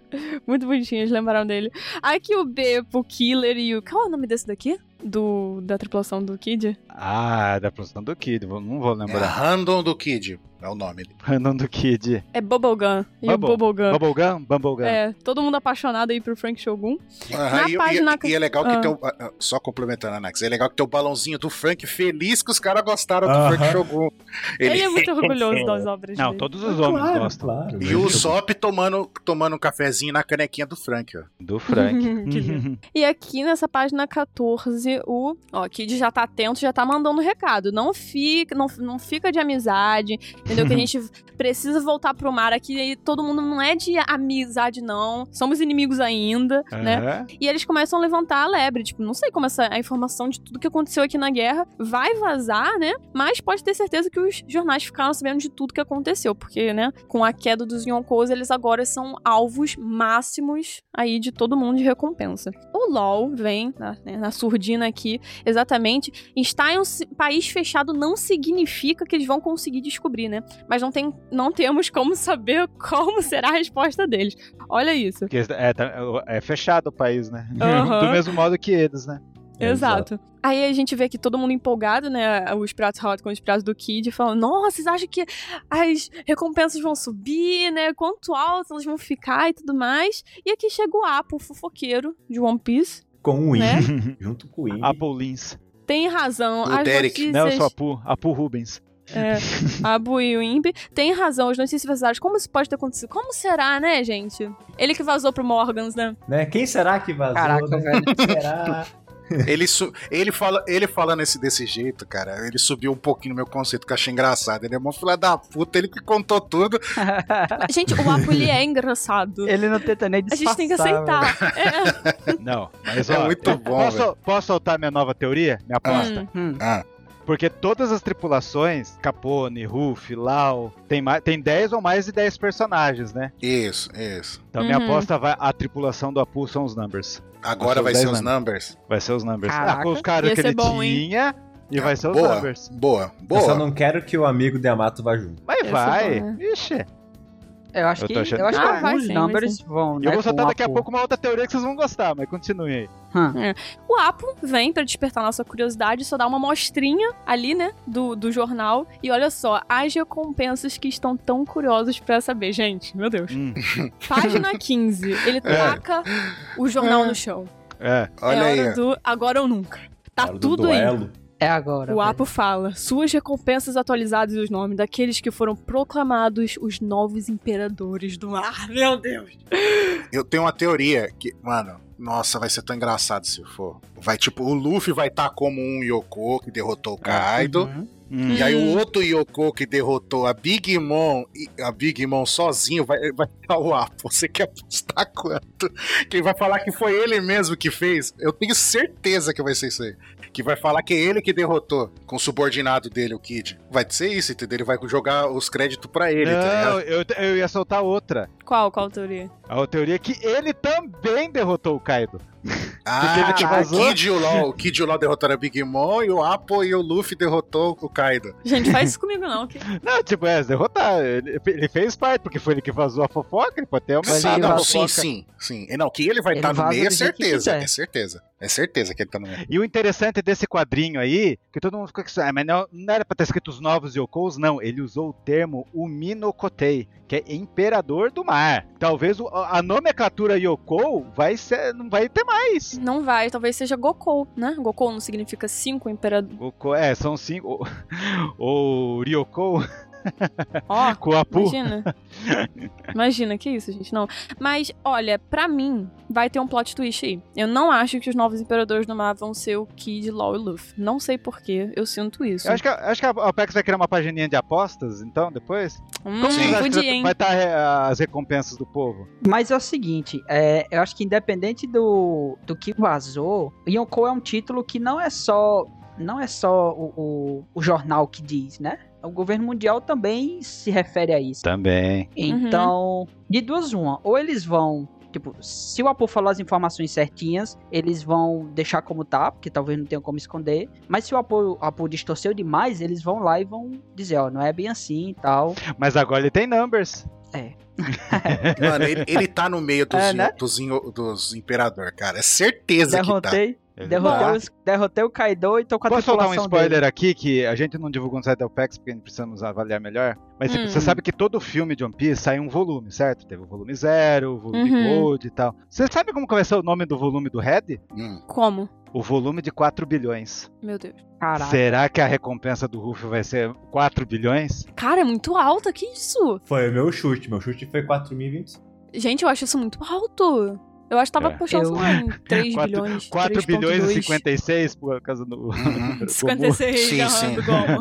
S4: Muito bonitinho, eles lembraram dele. Aqui o Beppo, o Killer e o... Qual é o nome desse daqui? Do... Da tripulação do Kid?
S1: Ah, da produção do Kid, vou- não vou
S2: é
S1: lembrar.
S2: Random do Kid, é o nome dele.
S1: Random do Kid.
S4: É Bubblegum. E o
S1: Bubble.
S4: Bubblegum.
S1: Bubblegum? Bubblegum.
S4: É, todo mundo apaixonado aí pro Frank Shogun.
S2: Aham,
S4: Na
S2: e, e-
S4: página-
S2: e é legal que
S4: Ah.
S2: tem o, ah, ah, Só complementando, Anax, é legal que tem o balãozinho do Frank feliz que os caras gostaram do
S5: Aham.
S2: Frank Shogun.
S4: Ele, é muito orgulhoso das obras
S1: Não,
S4: dele.
S1: todos os homens gostam
S5: claro.
S2: E o Sop tomando, tomando um cafezinho na canequinha do Frank, ó.
S1: do Frank.
S4: Que lindo. E aqui nessa página 14, o ó, Kid já tá atento, já tá mandando recado. Não fica, não, não fica de amizade. Entendeu? Que a gente precisa voltar pro mar aqui e todo mundo não é de amizade, não. Somos inimigos ainda, né?
S1: Aham.
S4: E eles começam a levantar a lebre. Tipo, não sei como essa, a informação de tudo que aconteceu aqui na guerra vai vazar, né? Mas pode ter certeza que os jornais ficaram sabendo de tudo que aconteceu. Porque, né, com a queda dos Yonkous, eles agora são alvos máximos aí de todo mundo de recompensa. O LOL vem na, né, na surdina aqui, exatamente. Estar em um si- país fechado não significa que eles vão conseguir descobrir, né? Mas não, tem, não temos como saber como será a resposta deles. Olha isso.
S1: Porque é, tá- é fechado o país, né?
S4: Aham.
S1: Do mesmo modo que eles, né?
S5: É,
S4: Exato. Aí a gente vê que todo mundo empolgado, né? Os pratos hot com os pratos do Kid, falando: Nossa, vocês acham que as recompensas vão subir, né? Quanto altas elas vão ficar e tudo mais. E aqui chega o Apo, o fofoqueiro de One Piece.
S5: Com o Win,
S4: Né?
S5: junto com o Win.
S1: Apu Lins.
S4: Tem razão.
S2: O
S4: as
S2: Derek.
S4: notícias...
S1: Não, eu sou Apu. Apu Rubens.
S4: É, Abu e o Imbi. Tem razão, as notícias vazadas. Como isso pode ter acontecido? Como será, né, gente? Ele que vazou pro Morgans, né?
S5: Né? Quem será que vazou?
S3: Caraca,
S5: né?
S3: velho.
S5: Quem será?
S2: Ele, su- ele, fala, ele falando esse, desse jeito, cara, ele subiu um pouquinho meu conceito, que eu achei engraçado. Ele é mó filha da puta, ele que contou tudo.
S4: Gente, o Apo, ele é engraçado.
S3: Ele não tenta nem
S4: A
S3: disfarçar.
S4: gente tem que
S3: velho.
S4: aceitar. É.
S1: Não, mas
S2: É
S1: ó,
S2: muito
S1: eu-
S2: bom,
S1: Posso,
S2: velho.
S1: posso soltar minha nova teoria? Minha aposta?
S3: Hum.
S2: Ah,
S1: Porque todas as tripulações, Capone, Ruff, Lau, tem, mais, tem 10 ou mais de 10 personagens, né?
S2: isso, isso.
S1: Então minha
S4: Uhum.
S1: aposta vai. A tripulação do Apu são os numbers.
S2: Agora
S1: Achou
S2: vai
S1: os
S2: ser
S1: dez
S2: os numbers.
S1: Vai ser os numbers.
S3: Caraca.
S1: Ah, com os caras
S4: Ia
S1: que
S4: ser
S1: ele
S4: bom, hein?
S1: tinha. E vai ser os
S2: Boa,
S1: numbers.
S2: boa,
S5: Eu
S1: é
S5: só
S2: boa.
S5: não quero que o amigo de Amato vá junto.
S1: Mas
S4: ser
S1: vai.
S4: bom, né?
S1: Ixi.
S3: Eu acho
S1: Eu
S3: que,
S1: tô achando-
S3: eu acho que
S4: Ah, vai
S3: alguns
S4: sim, vai
S3: numbers vão,
S1: E
S3: né?
S1: eu vou soltar
S3: com
S1: daqui a
S3: Apu.
S1: pouco uma outra teoria que vocês vão gostar, mas continue aí.
S3: Hum.
S4: O Apo vem pra despertar nossa curiosidade, só dá uma mostrinha ali, né, do, do jornal. E olha só, as recompensas que estão tão curiosos pra saber. Gente, meu Deus.
S1: Hum,
S4: Página 15, ele taca o jornal no chão.
S1: é.
S2: É. Olha
S4: é
S2: aí.
S4: hora
S2: ó.
S4: do agora ou nunca. Tá
S5: Hora do
S4: tudo aí.
S5: duelo.
S3: É agora.
S4: O
S3: velho.
S4: Apo fala: suas recompensas atualizadas e os nomes daqueles que foram proclamados os novos imperadores do mar. Meu Deus!
S2: Eu tenho uma teoria que, mano, nossa, vai ser tão engraçado se for. Vai tipo, o Luffy vai estar como um Yoko que derrotou o Kaido.
S3: Uhum.
S1: Hum.
S2: E aí o outro Yoko que derrotou a Big Mom, e a Big Mom sozinho, vai vai estar o Apo. Você quer apostar quanto? Quem vai falar que foi ele mesmo que fez? Eu tenho certeza que vai ser isso aí. Que vai falar que é ele que derrotou com o subordinado dele, o Kid. Vai ser isso, entendeu? Ele vai jogar os créditos pra ele, tá ligado?
S1: Não, eu, eu ia soltar outra.
S4: Qual, qual teoria?
S1: A teoria é que ele também derrotou o Kaido. porque ele
S2: Ah,
S1: te
S2: tipo, o
S1: vazou?
S2: Kid e o LOL. O Kid e o LOL derrotaram a Big Mom e o Apo e o Luffy derrotou o Kaido.
S4: Gente, faz isso comigo não, que
S1: Não, tipo, é, derrotar. Ele, ele fez parte, porque foi ele que vazou a fofoca, ele pode ter
S3: Mas
S1: aumentado
S2: Ah,
S3: ele
S1: a
S2: não,
S3: vaza-
S1: fofoca.
S2: sim, sim, sim. E Não, que ele vai
S3: Ele
S2: estar no
S3: vaza
S2: meio, é
S3: do jeito que
S2: certeza.
S3: quiser.
S2: É certeza. É certeza que ele tá no meio.
S1: E o interessante desse quadrinho aí, que todo mundo ficou com isso, ah, mas não, não era pra ter escrito os novos Yokos, não. Ele usou o termo Uminokotei, que é imperador do mar. Talvez o- a nomenclatura Yoko vai ser, não vai ter mais.
S4: Não vai, talvez seja Gokou, né? Gokou não significa cinco imperadores.
S1: Yoko- é, são cinco. O, o Ryoko
S4: Ó,
S1: com a Pu.
S4: imagina. Imagina, que isso, gente, não. Mas, olha, pra mim, vai ter um plot twist aí. Eu não acho que os novos imperadores do mar vão ser o Kid, Law e Luffy. Não sei porquê, eu sinto isso.
S1: Eu acho que, a- acho que a a Apex vai criar uma pagininha de apostas, então, depois.
S4: Hum,
S1: Como
S2: Sim.
S1: você acha que
S4: podia,
S1: vai-
S4: hein?
S1: vai estar é, as recompensas do povo?
S3: Mas é o seguinte, é, eu acho que independente do, do que vazou, Yonkou é um título que não é só não é só o, o, o jornal que diz, né? O governo mundial também se refere a isso.
S1: Também.
S3: Então, de duas uma, ou eles vão, tipo, se o Apu falar as informações certinhas, eles vão deixar como tá, porque talvez não tenham como esconder, mas se o Apu, Apu distorceu demais, eles vão lá e vão dizer, ó, não é bem assim e tal.
S1: Mas agora ele tem numbers.
S2: Mano, ele, ele tá no meio dos,
S3: É,
S2: in-
S3: né?
S2: dos, in- dos imperador, cara. É certeza que tá.
S3: Derrotei,
S1: Ele
S3: derrotei,
S1: tá.
S3: os, derrotei o Kaido e tô com a
S1: Posso soltar um
S3: tripulação dele.
S1: spoiler aqui que a gente não divulgou no site da OPEX porque precisamos avaliar melhor? Mas tipo,
S4: Hum.
S1: você sabe que todo filme de One Piece sai um volume, certo? Teve o volume zero, o volume
S4: Uhum.
S1: Gold e tal. Você sabe como que vai ser o nome do volume do Red?
S2: Hum.
S4: Como?
S1: O volume de 4 bilhões.
S4: Meu Deus.
S3: Caraca.
S1: Será que a recompensa do Ruffy vai ser 4 bilhões?
S4: Cara, é muito alta, que isso?
S5: Foi o meu chute. Meu chute foi 4.025.
S4: Gente, eu acho isso muito alto. Eu acho que tava
S1: É.
S4: puxando,
S3: Eu-
S4: sei lá, em 3
S1: Quatro-
S4: bilhões.
S1: 4 bilhões e
S4: 50.
S1: 56 por causa do.
S2: Uhum.
S1: do
S4: 56
S2: Sim,
S4: da-
S2: sim.
S4: do Gomo.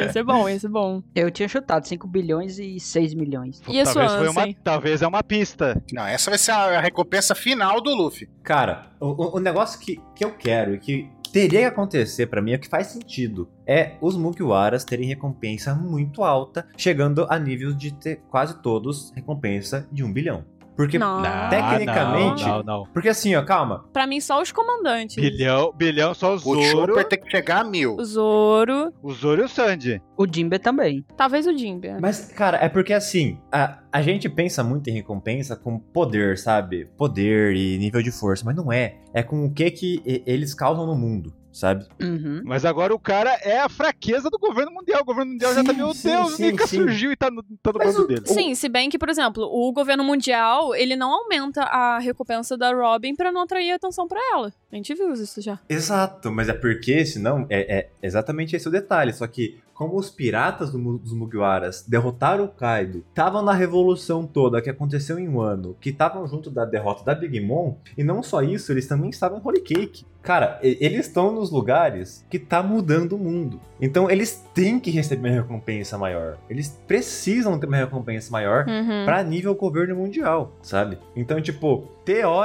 S4: Ia ser bom, ia ser bom.
S3: Eu tinha chutado 5 bilhões e 6 milhões.
S1: Gomu.
S4: E a sua
S1: talvez, foi
S4: ânsia?
S1: uma, talvez é uma pista.
S2: Não, essa vai ser a recompensa final do Luffy.
S5: Cara, o, o- o negócio que, que eu quero e que teria que acontecer pra mim, é o que faz sentido, é os Mugiwaras terem recompensa muito alta, chegando a níveis de ter quase todos recompensa de um bilhão. Porque,
S4: Não.
S5: tecnicamente-
S1: Ah, Não, não, não.
S5: porque assim, ó, calma.
S4: Pra mim, só os comandantes.
S1: Bilhão, bilhão só o
S2: O
S1: Zoro,
S2: Chopper tem que chegar a mil.
S4: O Zoro.
S1: o Zoro e o Sandy.
S3: O Jimbe também.
S4: Talvez o Jimbe.
S5: Mas, cara, é porque assim, a, a gente pensa muito em recompensa com poder, sabe? Poder e nível de força, mas não é. É com o que que e- eles causam no mundo, sabe?
S3: Uhum.
S1: Mas agora o cara é a fraqueza do governo mundial. O governo mundial já tá,
S5: Sim,
S1: meu
S5: sim,
S1: Deus,
S5: sim,
S1: o Nika
S5: sim.
S1: surgiu e tá no, tá no
S5: Mas
S1: bando
S5: o-
S1: dele.
S4: Sim, se bem que, por exemplo, o governo mundial, ele não aumenta a recompensa da Robin pra não atrair atenção pra ela. A gente viu isso já.
S5: Exato, mas é porque, senão, é, é exatamente esse o detalhe. Só que, como os piratas do Mu- dos Mugiwaras derrotaram o Kaido, estavam na revolução toda que aconteceu em um ano, que estavam junto da derrota da Big Mom, e não só isso, eles também estavam em Holy Cake. Cara, e- eles estão nos lugares que tá mudando o mundo. Então, eles têm que receber uma recompensa maior. Eles precisam ter uma recompensa maior
S4: Uhum.
S5: pra nível governo mundial, sabe? Então, tipo,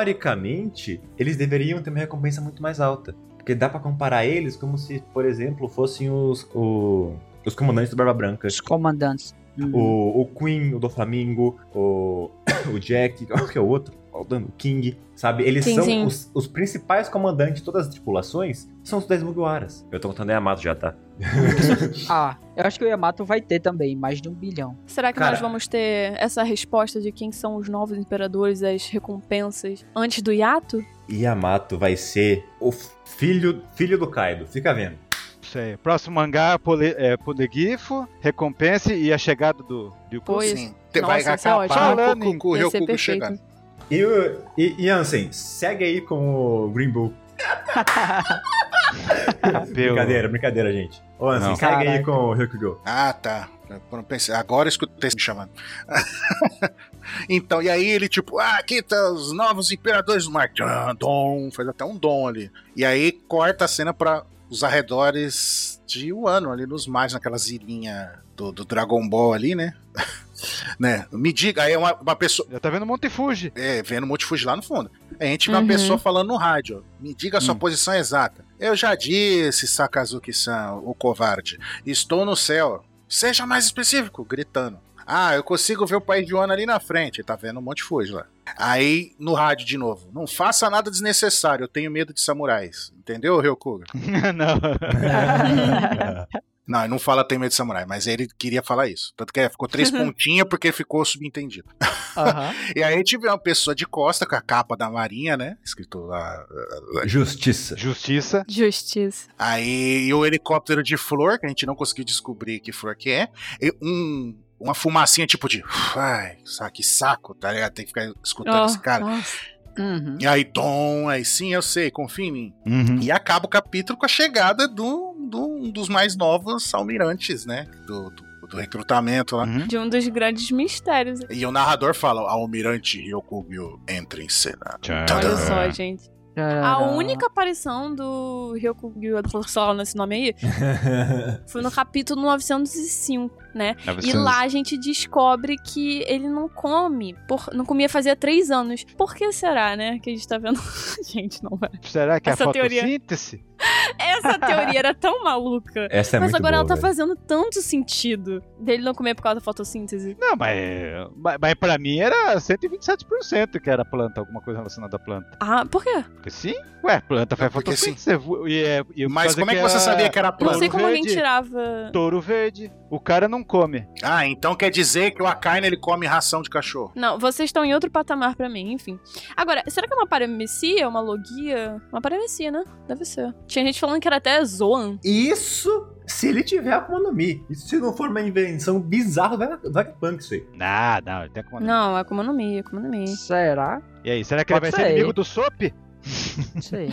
S5: teoricamente, eles deveriam ter uma recompensa muito mais alta. Porque dá pra comparar eles como se, por exemplo, fossem os, o- os comandantes do Barba Branca.
S3: Os comandantes. Uhum.
S5: O, o Queen, o do Flamingo, o, o Jack, qual que é o outro? Faltando, O King, sabe? Eles
S4: Sim,
S5: são
S4: sim.
S5: Os, os principais comandantes de todas as tripulações, são os 10 Mugiwaras. Eu tô contando em Amato já, tá?
S3: Ah, eu acho que o Yamato vai ter também, mais de um bilhão.
S4: Será que
S5: Cara-
S4: nós vamos ter essa resposta de quem são os novos imperadores, as recompensas, antes do hiato?
S5: Yamato vai ser o filho, filho do Kaido, fica vendo.
S1: Isso aí. Próximo mangá, Pole, é, Poleglypho, Recompense e a chegada do Ryuko.
S4: Pois.
S2: Sim. Te-
S4: Nossa,
S2: vai
S4: isso é
S2: acabar
S4: ótimo.
S1: Falando
S2: com
S1: em-
S2: o Kuku,
S4: Ia
S2: o
S4: ser
S2: Kuku
S4: perfeito.
S2: chegando.
S5: E, o- e Jansen, segue aí com o Green Bull.
S4: é.
S1: Apelo.
S5: Brincadeira, brincadeira, gente. Ô, Ansem,
S1: Não.
S5: segue aí
S3: Caraca.
S5: com o Hyukugo.
S2: Ah, tá. Quando eu pensei- agora eu escutei me chamando. então, e aí ele, tipo, ah, aqui tá os novos imperadores do mar. Tchan, Dom, faz até um dom ali. E aí corta a cena pra os arredores de Wano, ali nos mares, naquelas ilhinhas do, do Dragon Ball ali, né? né? Me diga, aí é uma, uma pessoa.
S1: Já tá vendo Monte Fuji.
S2: É, vendo o Monte Fuji lá no fundo. A gente vê uma
S4: Uhum.
S2: pessoa falando no rádio. ó, Me diga a sua
S5: Hum.
S2: posição exata. Eu já disse, Sakazuki-san, o covarde. Estou no céu. Seja mais específico, gritando. Ah, eu consigo ver o pai de Ana ali na frente. Tá vendo o Monte Fuji lá. Aí, no rádio de novo. Não faça nada desnecessário, eu tenho medo de samurais. Entendeu, Ryokuga?
S1: não.
S2: Não, ele não fala tem medo de samurai, mas ele queria falar isso. Tanto que é, ficou três pontinhas porque ficou subentendido.
S3: Aham.
S2: E aí a gente vê uma pessoa de costa com a capa da marinha, né? Escrito lá.
S5: Justiça.
S1: Justiça.
S4: Justiça.
S2: Aí e o helicóptero de flor, que a gente não conseguiu descobrir que flor que é. E um, uma fumacinha tipo de. "Uf, Ai, sa- que saco, tá ligado? Tem que ficar escutando
S4: Ó,
S2: esse cara.
S4: nossa.
S3: Uhum.
S2: E aí, Dom, aí sim, eu sei, confia em mim.
S1: Uhum.
S2: E acaba o capítulo com a chegada do, do um dos mais novos almirantes, né? Do, do, do recrutamento lá.
S1: Uhum.
S4: De um dos grandes mistérios.
S2: E o narrador fala: Almirante Ryokugyo entra em cena.
S1: Tchan.
S4: Olha
S2: Tadã.
S4: só, gente. A única aparição do Ryokugyu, sei lá nesse nome aí, foi no capítulo 905, né? E lá a gente descobre que ele não come, por- não comia fazia três anos. Por que será, né? Que a gente tá vendo. gente, não vai.
S1: Será que é a
S4: Essa teoria.
S1: fotossíntese?
S4: Essa teoria era tão maluca.
S5: Essa é
S4: Mas
S5: muito
S4: agora
S5: boa,
S4: ela tá
S5: velho.
S4: fazendo tanto sentido dele não comer por causa da fotossíntese.
S1: Não, mas, mas, mas pra mim era 127% que era planta, alguma coisa relacionada à planta.
S4: Ah, por quê?
S1: Porque sim, ué, planta faz
S2: Porque sim.
S1: fotossíntese. E é, e por
S2: Mas
S1: causa
S2: como é que você
S1: a-
S2: sabia que era
S4: Eu não
S2: plano?
S4: sei como alguém
S1: verde.
S4: tirava.
S1: Touro verde. O cara não come.
S2: Ah, então quer dizer que o Akainu ele come ração de cachorro.
S4: Não, vocês estão em outro patamar pra mim, enfim. Agora, será que é uma paramecia, uma logia? Uma paramecia, né? Deve ser. Tinha gente falando que era até Zoan.
S5: Isso se ele tiver Akuma no Mi. Isso se não for uma invenção bizarra do Vegapunk, isso aí.
S1: Ah, Não, não, ele tem como.
S4: Não, é Akuma no Mi, Akuma no Mi.
S3: Será?
S1: E aí, será que ele
S3: Pode
S1: vai ser
S3: ser.
S1: inimigo do Sop?
S3: Isso aí.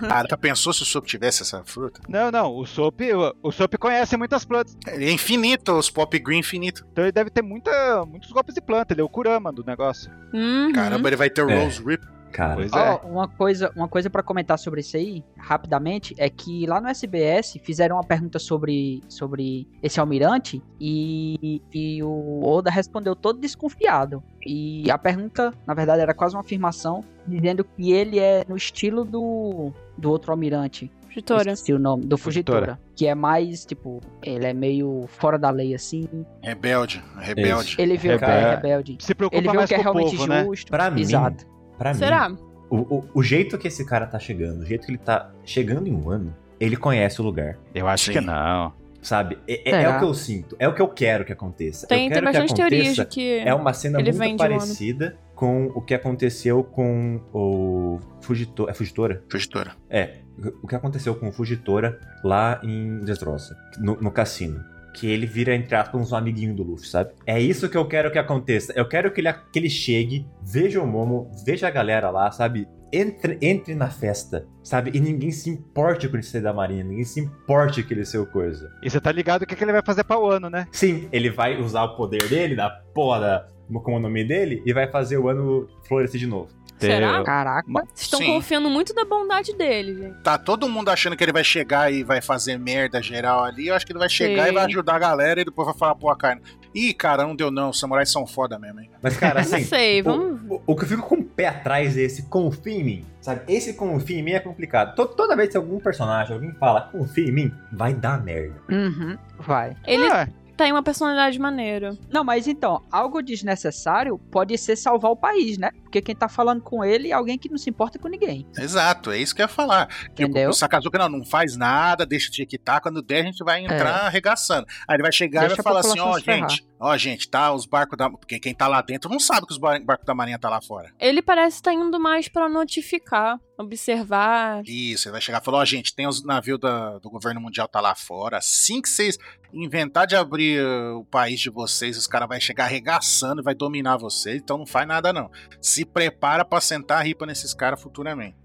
S2: Caraca, pensou se o Soap tivesse essa fruta?
S1: Não, não, o Soap, o, o Soap conhece muitas plantas.
S2: Ele é infinito, os Pop Green é infinito.
S3: Uhum.
S1: Então ele deve ter muita, muitos golpes de planta. Ele é o Kurama do negócio.
S4: Uhum.
S2: Caramba, ele vai ter o
S5: É.
S2: Rose Rip.
S5: Cara,
S1: Pois é.
S3: Ó, uma coisa, uma coisa para comentar sobre isso aí, rapidamente, é que lá no SBS fizeram uma pergunta sobre, sobre esse almirante e, e o Oda respondeu todo desconfiado. E a pergunta, na verdade, era quase uma afirmação, dizendo que ele é no estilo do, do outro almirante.
S4: Fugitora.
S3: Esqueci o nome, do Fugitora. Que é mais, tipo, ele é meio fora da lei, assim.
S2: Rebelde, rebelde.
S3: Ele vê o que é
S5: Rebelde.
S3: rebelde.
S1: Se preocupa
S3: Ele vê o
S1: mais
S3: que é
S1: com o
S3: realmente
S1: povo, né?
S3: justo.
S5: pra mim,
S3: Exato.
S5: pra mim,
S4: Será?
S5: O, o- o jeito que esse cara tá chegando, o jeito que ele tá chegando em um ano, ele conhece o lugar,
S1: Eu acho
S2: Sim.
S1: que não.
S5: sabe? É, é-
S3: Será?
S5: é o que eu sinto, é o que eu quero que aconteça.
S4: Tem,
S5: eu
S4: tem
S5: quero
S4: bastante
S5: que aconteça
S4: teorias né? de que.
S5: É uma cena
S4: Ele vem
S5: muito
S4: de um ano.
S5: parecida com o que aconteceu com o Fugitora. É Fugitora?
S2: Fugitora.
S5: É. O que aconteceu com o Fugitora lá em Destroça, no, no cassino. Que ele vira, entre aspas, um amiguinho do Luffy, sabe? É isso que eu quero que aconteça. Eu quero que ele, que ele chegue, veja o Momo, veja a galera lá, sabe? Entre, entre na festa, sabe? E ninguém se importe com ele ser da marinha, ninguém se importe que ele seu coisa.
S1: E você tá ligado o que, que ele vai fazer pra o ano, né?
S5: Sim, ele vai usar o poder dele, da porra da, como é o nome dele, e vai fazer o ano florescer de novo.
S4: Será?
S3: Caraca.
S4: Vocês estão
S2: Sim.
S4: confiando muito na bondade dele, gente.
S2: Tá todo mundo achando que ele vai chegar e vai fazer merda geral ali. Eu acho que ele vai chegar
S4: Sim.
S2: e vai ajudar a galera e depois vai falar, pô, carne. Ih, cara, não deu não. Os samurais são foda mesmo, hein?
S5: Mas, cara,
S4: Não
S5: assim,
S4: sei, vamos.
S5: o, o- o que eu fico com o pé atrás é esse confia em mim, sabe? Esse confia em mim é complicado. To- toda vez que algum personagem, alguém fala confia em mim, vai dar merda.
S3: Uhum, vai.
S4: Ele
S1: Ah,
S4: tem uma personalidade maneira.
S3: Não, mas então, algo desnecessário pode ser salvar o país, né? Porque quem tá falando com ele é alguém que não se importa com ninguém.
S2: Exato, é isso que eu ia falar. Que
S3: Entendeu?
S2: O Sakazuki não, não faz nada, deixa de equitar. Quando der, a gente vai entrar arregaçando. Aí ele vai chegar
S3: É. Deixa
S2: e vai
S3: a
S2: falar assim: ó,
S3: população se ferrar.
S2: gente, ó, gente, tá? Os barcos da. Porque quem tá lá dentro não sabe que os bar- barcos da marinha tá lá fora.
S4: Ele parece estar indo mais pra notificar, observar.
S2: Isso, ele vai chegar e falar, ó, gente, tem os navios da- do governo mundial tá lá fora. Assim que vocês inventar de abrir eh, o país de vocês, os caras vão chegar arregaçando e vai dominar vocês, então não faz nada não. Se prepara pra sentar a ripa nesses caras futuramente.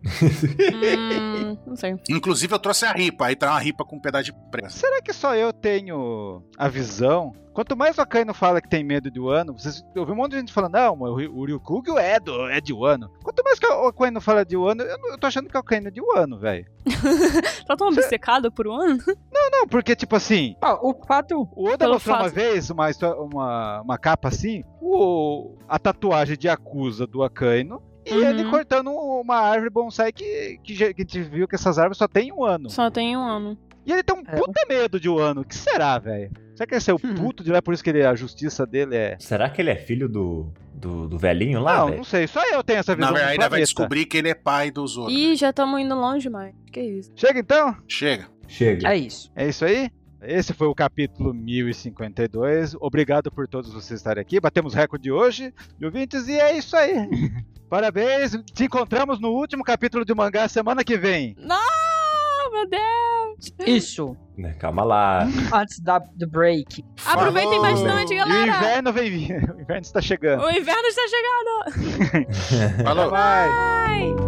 S4: hum, não sei.
S2: Inclusive eu trouxe a ripa, aí tá uma ripa com um pedaço de presa.
S1: Será que só eu tenho a visão? Quanto mais o Akainu fala que tem medo de Wano, vocês ouviram um monte de gente falando, não, o Ry- o Ryukugyu é, do, é de Wano. Quanto mais que o Akainu fala de Wano, eu, não- eu tô achando que o Akainu é de Wano, velho.
S4: Tá tão obcecado por um ano?
S1: Não, porque, tipo assim,
S3: Ó, o fato.
S1: o Oda
S4: Pelo
S1: mostrou uma
S4: fato-
S1: vez uma, histó- uma, uma capa assim, o, a tatuagem de Acusa do Akainu, e
S4: Uhum.
S1: ele cortando uma árvore bonsai que, que, já- que a gente viu que essas árvores só tem um ano.
S4: Só tem um ano.
S1: E ele tem um
S3: É.
S1: puta medo de Wano. O que será, velho? Será que ele saiu
S3: Hum.
S1: puto de lá, por isso que ele- a justiça dele é...
S5: Será que ele é filho do, do, do velhinho lá,
S1: Não,
S5: velho?
S1: não sei. Só eu tenho essa visão.
S2: Na
S1: do
S2: verdade, ainda vai
S1: planeta.
S2: descobrir que ele é pai dos outros.
S4: Ih, já estamos indo longe demais. Que isso?
S1: Chega então?
S2: Chega.
S5: Chega.
S3: É isso.
S1: É isso aí? Esse foi o capítulo 1052. Obrigado por todos vocês estarem aqui. Batemos recorde hoje de ouvintes e é isso aí. Parabéns. Te encontramos no último capítulo de mangá semana que vem.
S4: Não, meu Deus!
S3: Isso.
S5: Né, Calma lá.
S3: Antes da, do break.
S4: Aproveitem
S2: Falou.
S4: bastante,
S1: E o
S4: galera!
S1: inverno vem vindo. O inverno está chegando.
S4: O inverno está chegando!
S2: Falou.
S1: Vai.
S4: Ai.